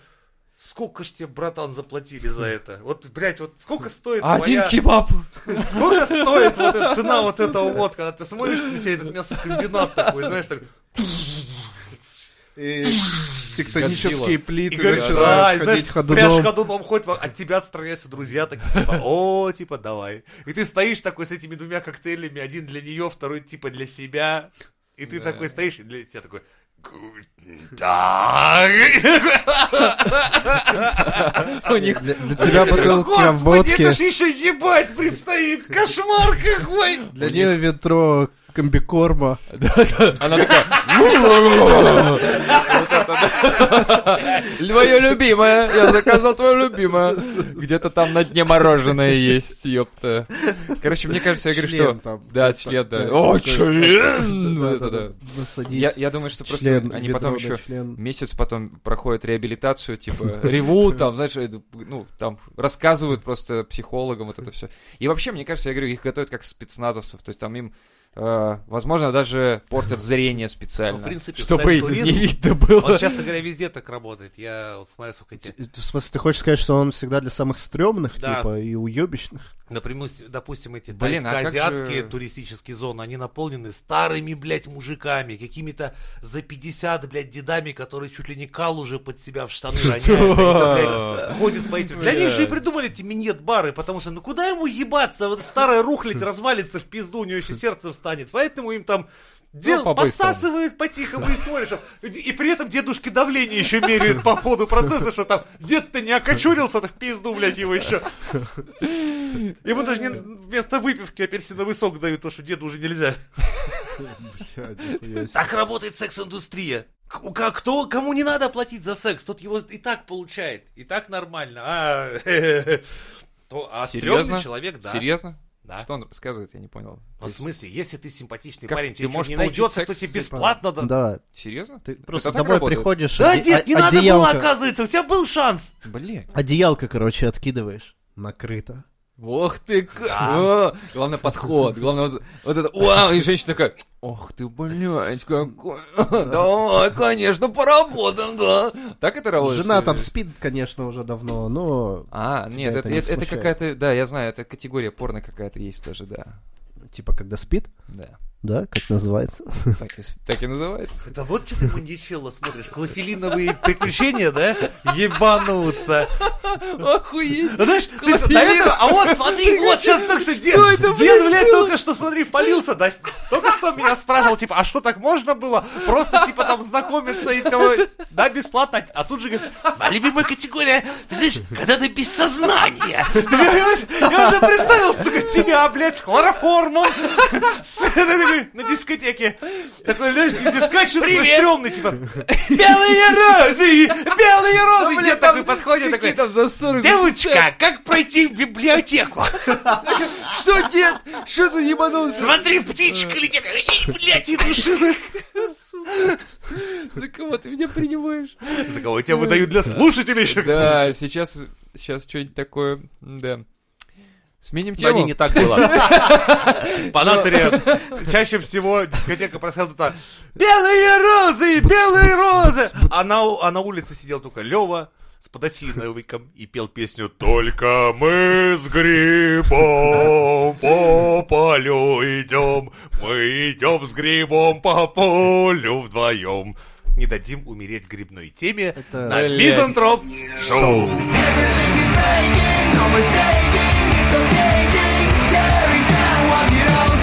[SPEAKER 2] сколько ж тебе, братан, заплатили за это? Вот, блядь, вот сколько стоит
[SPEAKER 1] А Один
[SPEAKER 2] твоя-
[SPEAKER 1] кебаб.
[SPEAKER 2] Сколько стоит вот эта цена вот этого вот, когда ты смотришь на тебя этот мясокомбинат такой, знаешь, так...
[SPEAKER 3] И тектонические
[SPEAKER 1] Годзилла.
[SPEAKER 3] плиты
[SPEAKER 2] говоришь,
[SPEAKER 3] начинают
[SPEAKER 2] и знаешь,
[SPEAKER 3] ходить
[SPEAKER 2] прям с
[SPEAKER 3] ходуном.
[SPEAKER 2] ходуном ходит, а от тебя отстраняются друзья, так типа, о, типа, давай. И ты стоишь такой с этими двумя коктейлями, один для нее, второй типа для себя. И ты такой стоишь, и для тебя такой... «Гутен Таг».
[SPEAKER 1] У них
[SPEAKER 3] Для, для тебя бутылка
[SPEAKER 2] Господи,
[SPEAKER 3] водки,
[SPEAKER 2] это ж еще ебать предстоит! Кошмар какой!
[SPEAKER 3] для нее ведро комбикорма.
[SPEAKER 1] Она такая... Вот это да. Твое любимое, я заказал твое любимое. Где-то там на дне мороженое есть, ёпта. Короче, мне кажется, я говорю,
[SPEAKER 3] Член
[SPEAKER 1] что...
[SPEAKER 3] там.
[SPEAKER 1] Да, член, да.
[SPEAKER 3] Да,
[SPEAKER 1] О,
[SPEAKER 3] да,
[SPEAKER 1] член! Вот это да.
[SPEAKER 3] Насадить
[SPEAKER 1] Я, я думаю, что просто
[SPEAKER 3] член,
[SPEAKER 1] они
[SPEAKER 3] ведро
[SPEAKER 1] потом
[SPEAKER 3] на
[SPEAKER 1] еще
[SPEAKER 3] член.
[SPEAKER 1] месяц потом проходят реабилитацию, типа ревут, там, знаешь, э, ну, там рассказывают просто психологам вот это все. И вообще, мне кажется, я говорю, их готовят как спецназовцев, то есть там им э, возможно, даже портят зрение специально,
[SPEAKER 2] Ну, в принципе,
[SPEAKER 1] чтобы
[SPEAKER 2] сайт-туризм,
[SPEAKER 1] не видно было.
[SPEAKER 2] Он, честно говоря, везде так работает. Я вот смотрю, сколько эти...
[SPEAKER 3] В смысле, ты хочешь сказать, что он всегда для самых стрёмных,
[SPEAKER 2] Да.
[SPEAKER 3] типа, и уёбищных?
[SPEAKER 2] Напрямую, с- допустим, эти
[SPEAKER 1] Блин, а как
[SPEAKER 2] тайско-азиатские
[SPEAKER 1] же-
[SPEAKER 2] туристические зоны, они наполнены старыми, блядь, мужиками, какими-то за 50, блядь, дедами, которые чуть ли не кал уже под себя в штаны роняют. Они там, блядь, ходят по этим... Для них же и придумали эти минет-бары, потому что, ну куда ему ебаться? Вот старая рухлядь развалится в пизду, у нее еще сердце встанет. Поэтому им там Ну, Дел,
[SPEAKER 1] по-быстрому.
[SPEAKER 2] подсасывает по-тихому и смотришь. И и при этом дедушке давление еще меряет по ходу процесса, что там дед-то не окочурился, то в пизду, блядь, его еще. Ему даже не- вместо выпивки апельсиновый сок дают, потому что деду уже нельзя.
[SPEAKER 3] Блядь, нихуя себе.
[SPEAKER 2] Так работает секс-индустрия. К- у ка- Кто, кому не надо платить за секс, тот его и так получает, и так нормально. А, то, а стрёмный
[SPEAKER 1] Серьезно?
[SPEAKER 2] человек, да.
[SPEAKER 1] Серьезно?
[SPEAKER 2] Да.
[SPEAKER 1] Что он рассказывает, я не понял.
[SPEAKER 2] Ну, в смысле, если ты симпатичный
[SPEAKER 1] Как
[SPEAKER 2] парень,
[SPEAKER 1] ты
[SPEAKER 2] тебе чё,
[SPEAKER 1] можешь
[SPEAKER 2] не
[SPEAKER 1] получить
[SPEAKER 2] найдется,
[SPEAKER 1] секс,
[SPEAKER 2] кто тебе
[SPEAKER 1] типа?
[SPEAKER 2] бесплатно да-
[SPEAKER 3] Да,
[SPEAKER 1] Серьезно?
[SPEAKER 3] ты просто
[SPEAKER 1] так
[SPEAKER 3] домой
[SPEAKER 1] работает?
[SPEAKER 3] приходишь,
[SPEAKER 2] Да,
[SPEAKER 3] оде-
[SPEAKER 2] дед, не
[SPEAKER 3] о-
[SPEAKER 2] надо было,
[SPEAKER 3] одеялко-
[SPEAKER 2] оказывается, у тебя был шанс.
[SPEAKER 1] Блин.
[SPEAKER 3] Одеялко, короче, откидываешь. Накрыто.
[SPEAKER 1] Ох ты, к- О, главное подход, главное вот- вот это, вау, и женщина такая, ох ты, блядь, какой, давай, конечно, поработаем, да. Так это работает?
[SPEAKER 3] Жена
[SPEAKER 1] что
[SPEAKER 3] там
[SPEAKER 1] ли?
[SPEAKER 3] спит, конечно, уже давно, но
[SPEAKER 1] А, нет,
[SPEAKER 3] это
[SPEAKER 1] это,
[SPEAKER 3] не
[SPEAKER 1] это- это
[SPEAKER 3] смущает.
[SPEAKER 1] какая-то, да, я знаю, это категория порно какая-то есть тоже, да.
[SPEAKER 3] типа когда спит,
[SPEAKER 1] Да,
[SPEAKER 3] да, как называется.
[SPEAKER 1] так и, с- так и называется.
[SPEAKER 2] Да вот что ты мундичелло смотришь, клофелиновые приключения, да? Ебануться.
[SPEAKER 1] Охуеть!
[SPEAKER 2] А Знаешь, ты с- до этого, а вот смотри, вот сейчас только что дед,
[SPEAKER 1] это,
[SPEAKER 2] дед,
[SPEAKER 1] блядь,
[SPEAKER 2] блядь, только что, смотри, полился, да, с- только что меня спрашивал, типа, а что так можно было? Просто, типа, там знакомиться и того, да, бесплатно, а тут же говорит, моя любимая категория, ты знаешь, когда ты без сознания. Ты понимаешь, Я уже представил, сука, тебя, блядь, с хлороформом, с- ты такой, на дискотеке. Такой, знаешь, дискотчик стрёмный, типа, белые розы, белые розы, дед такой подходит,
[SPEAKER 1] какие
[SPEAKER 2] такой,
[SPEAKER 1] Ну, там засоры.
[SPEAKER 2] Девочка, как пройти в библиотеку?
[SPEAKER 1] Что, дед? Что ты ебанулся?
[SPEAKER 2] Смотри, птичка летит. Эй, блядь, и души.
[SPEAKER 1] За кого ты меня принимаешь?
[SPEAKER 2] За кого тебя выдают для слушателей еще?
[SPEAKER 1] Да, сейчас, сейчас что-нибудь такое, да. Сменим
[SPEAKER 4] Да не,
[SPEAKER 1] тему.
[SPEAKER 4] не так было.
[SPEAKER 2] Понатри. Чаще всего дискотека происходит так. Белые розы, белые розы. А на, у- а на улице сидел только Лева с подосиновиком и пел песню «Только мы с грибом по полю идем, мы идем с грибом по полю вдвоем». Не дадим умереть грибной теме на
[SPEAKER 1] Блядь.
[SPEAKER 2] Мизантроп Шоу.
[SPEAKER 5] Taking, no mistaking, it's all taking, tearing down what you don't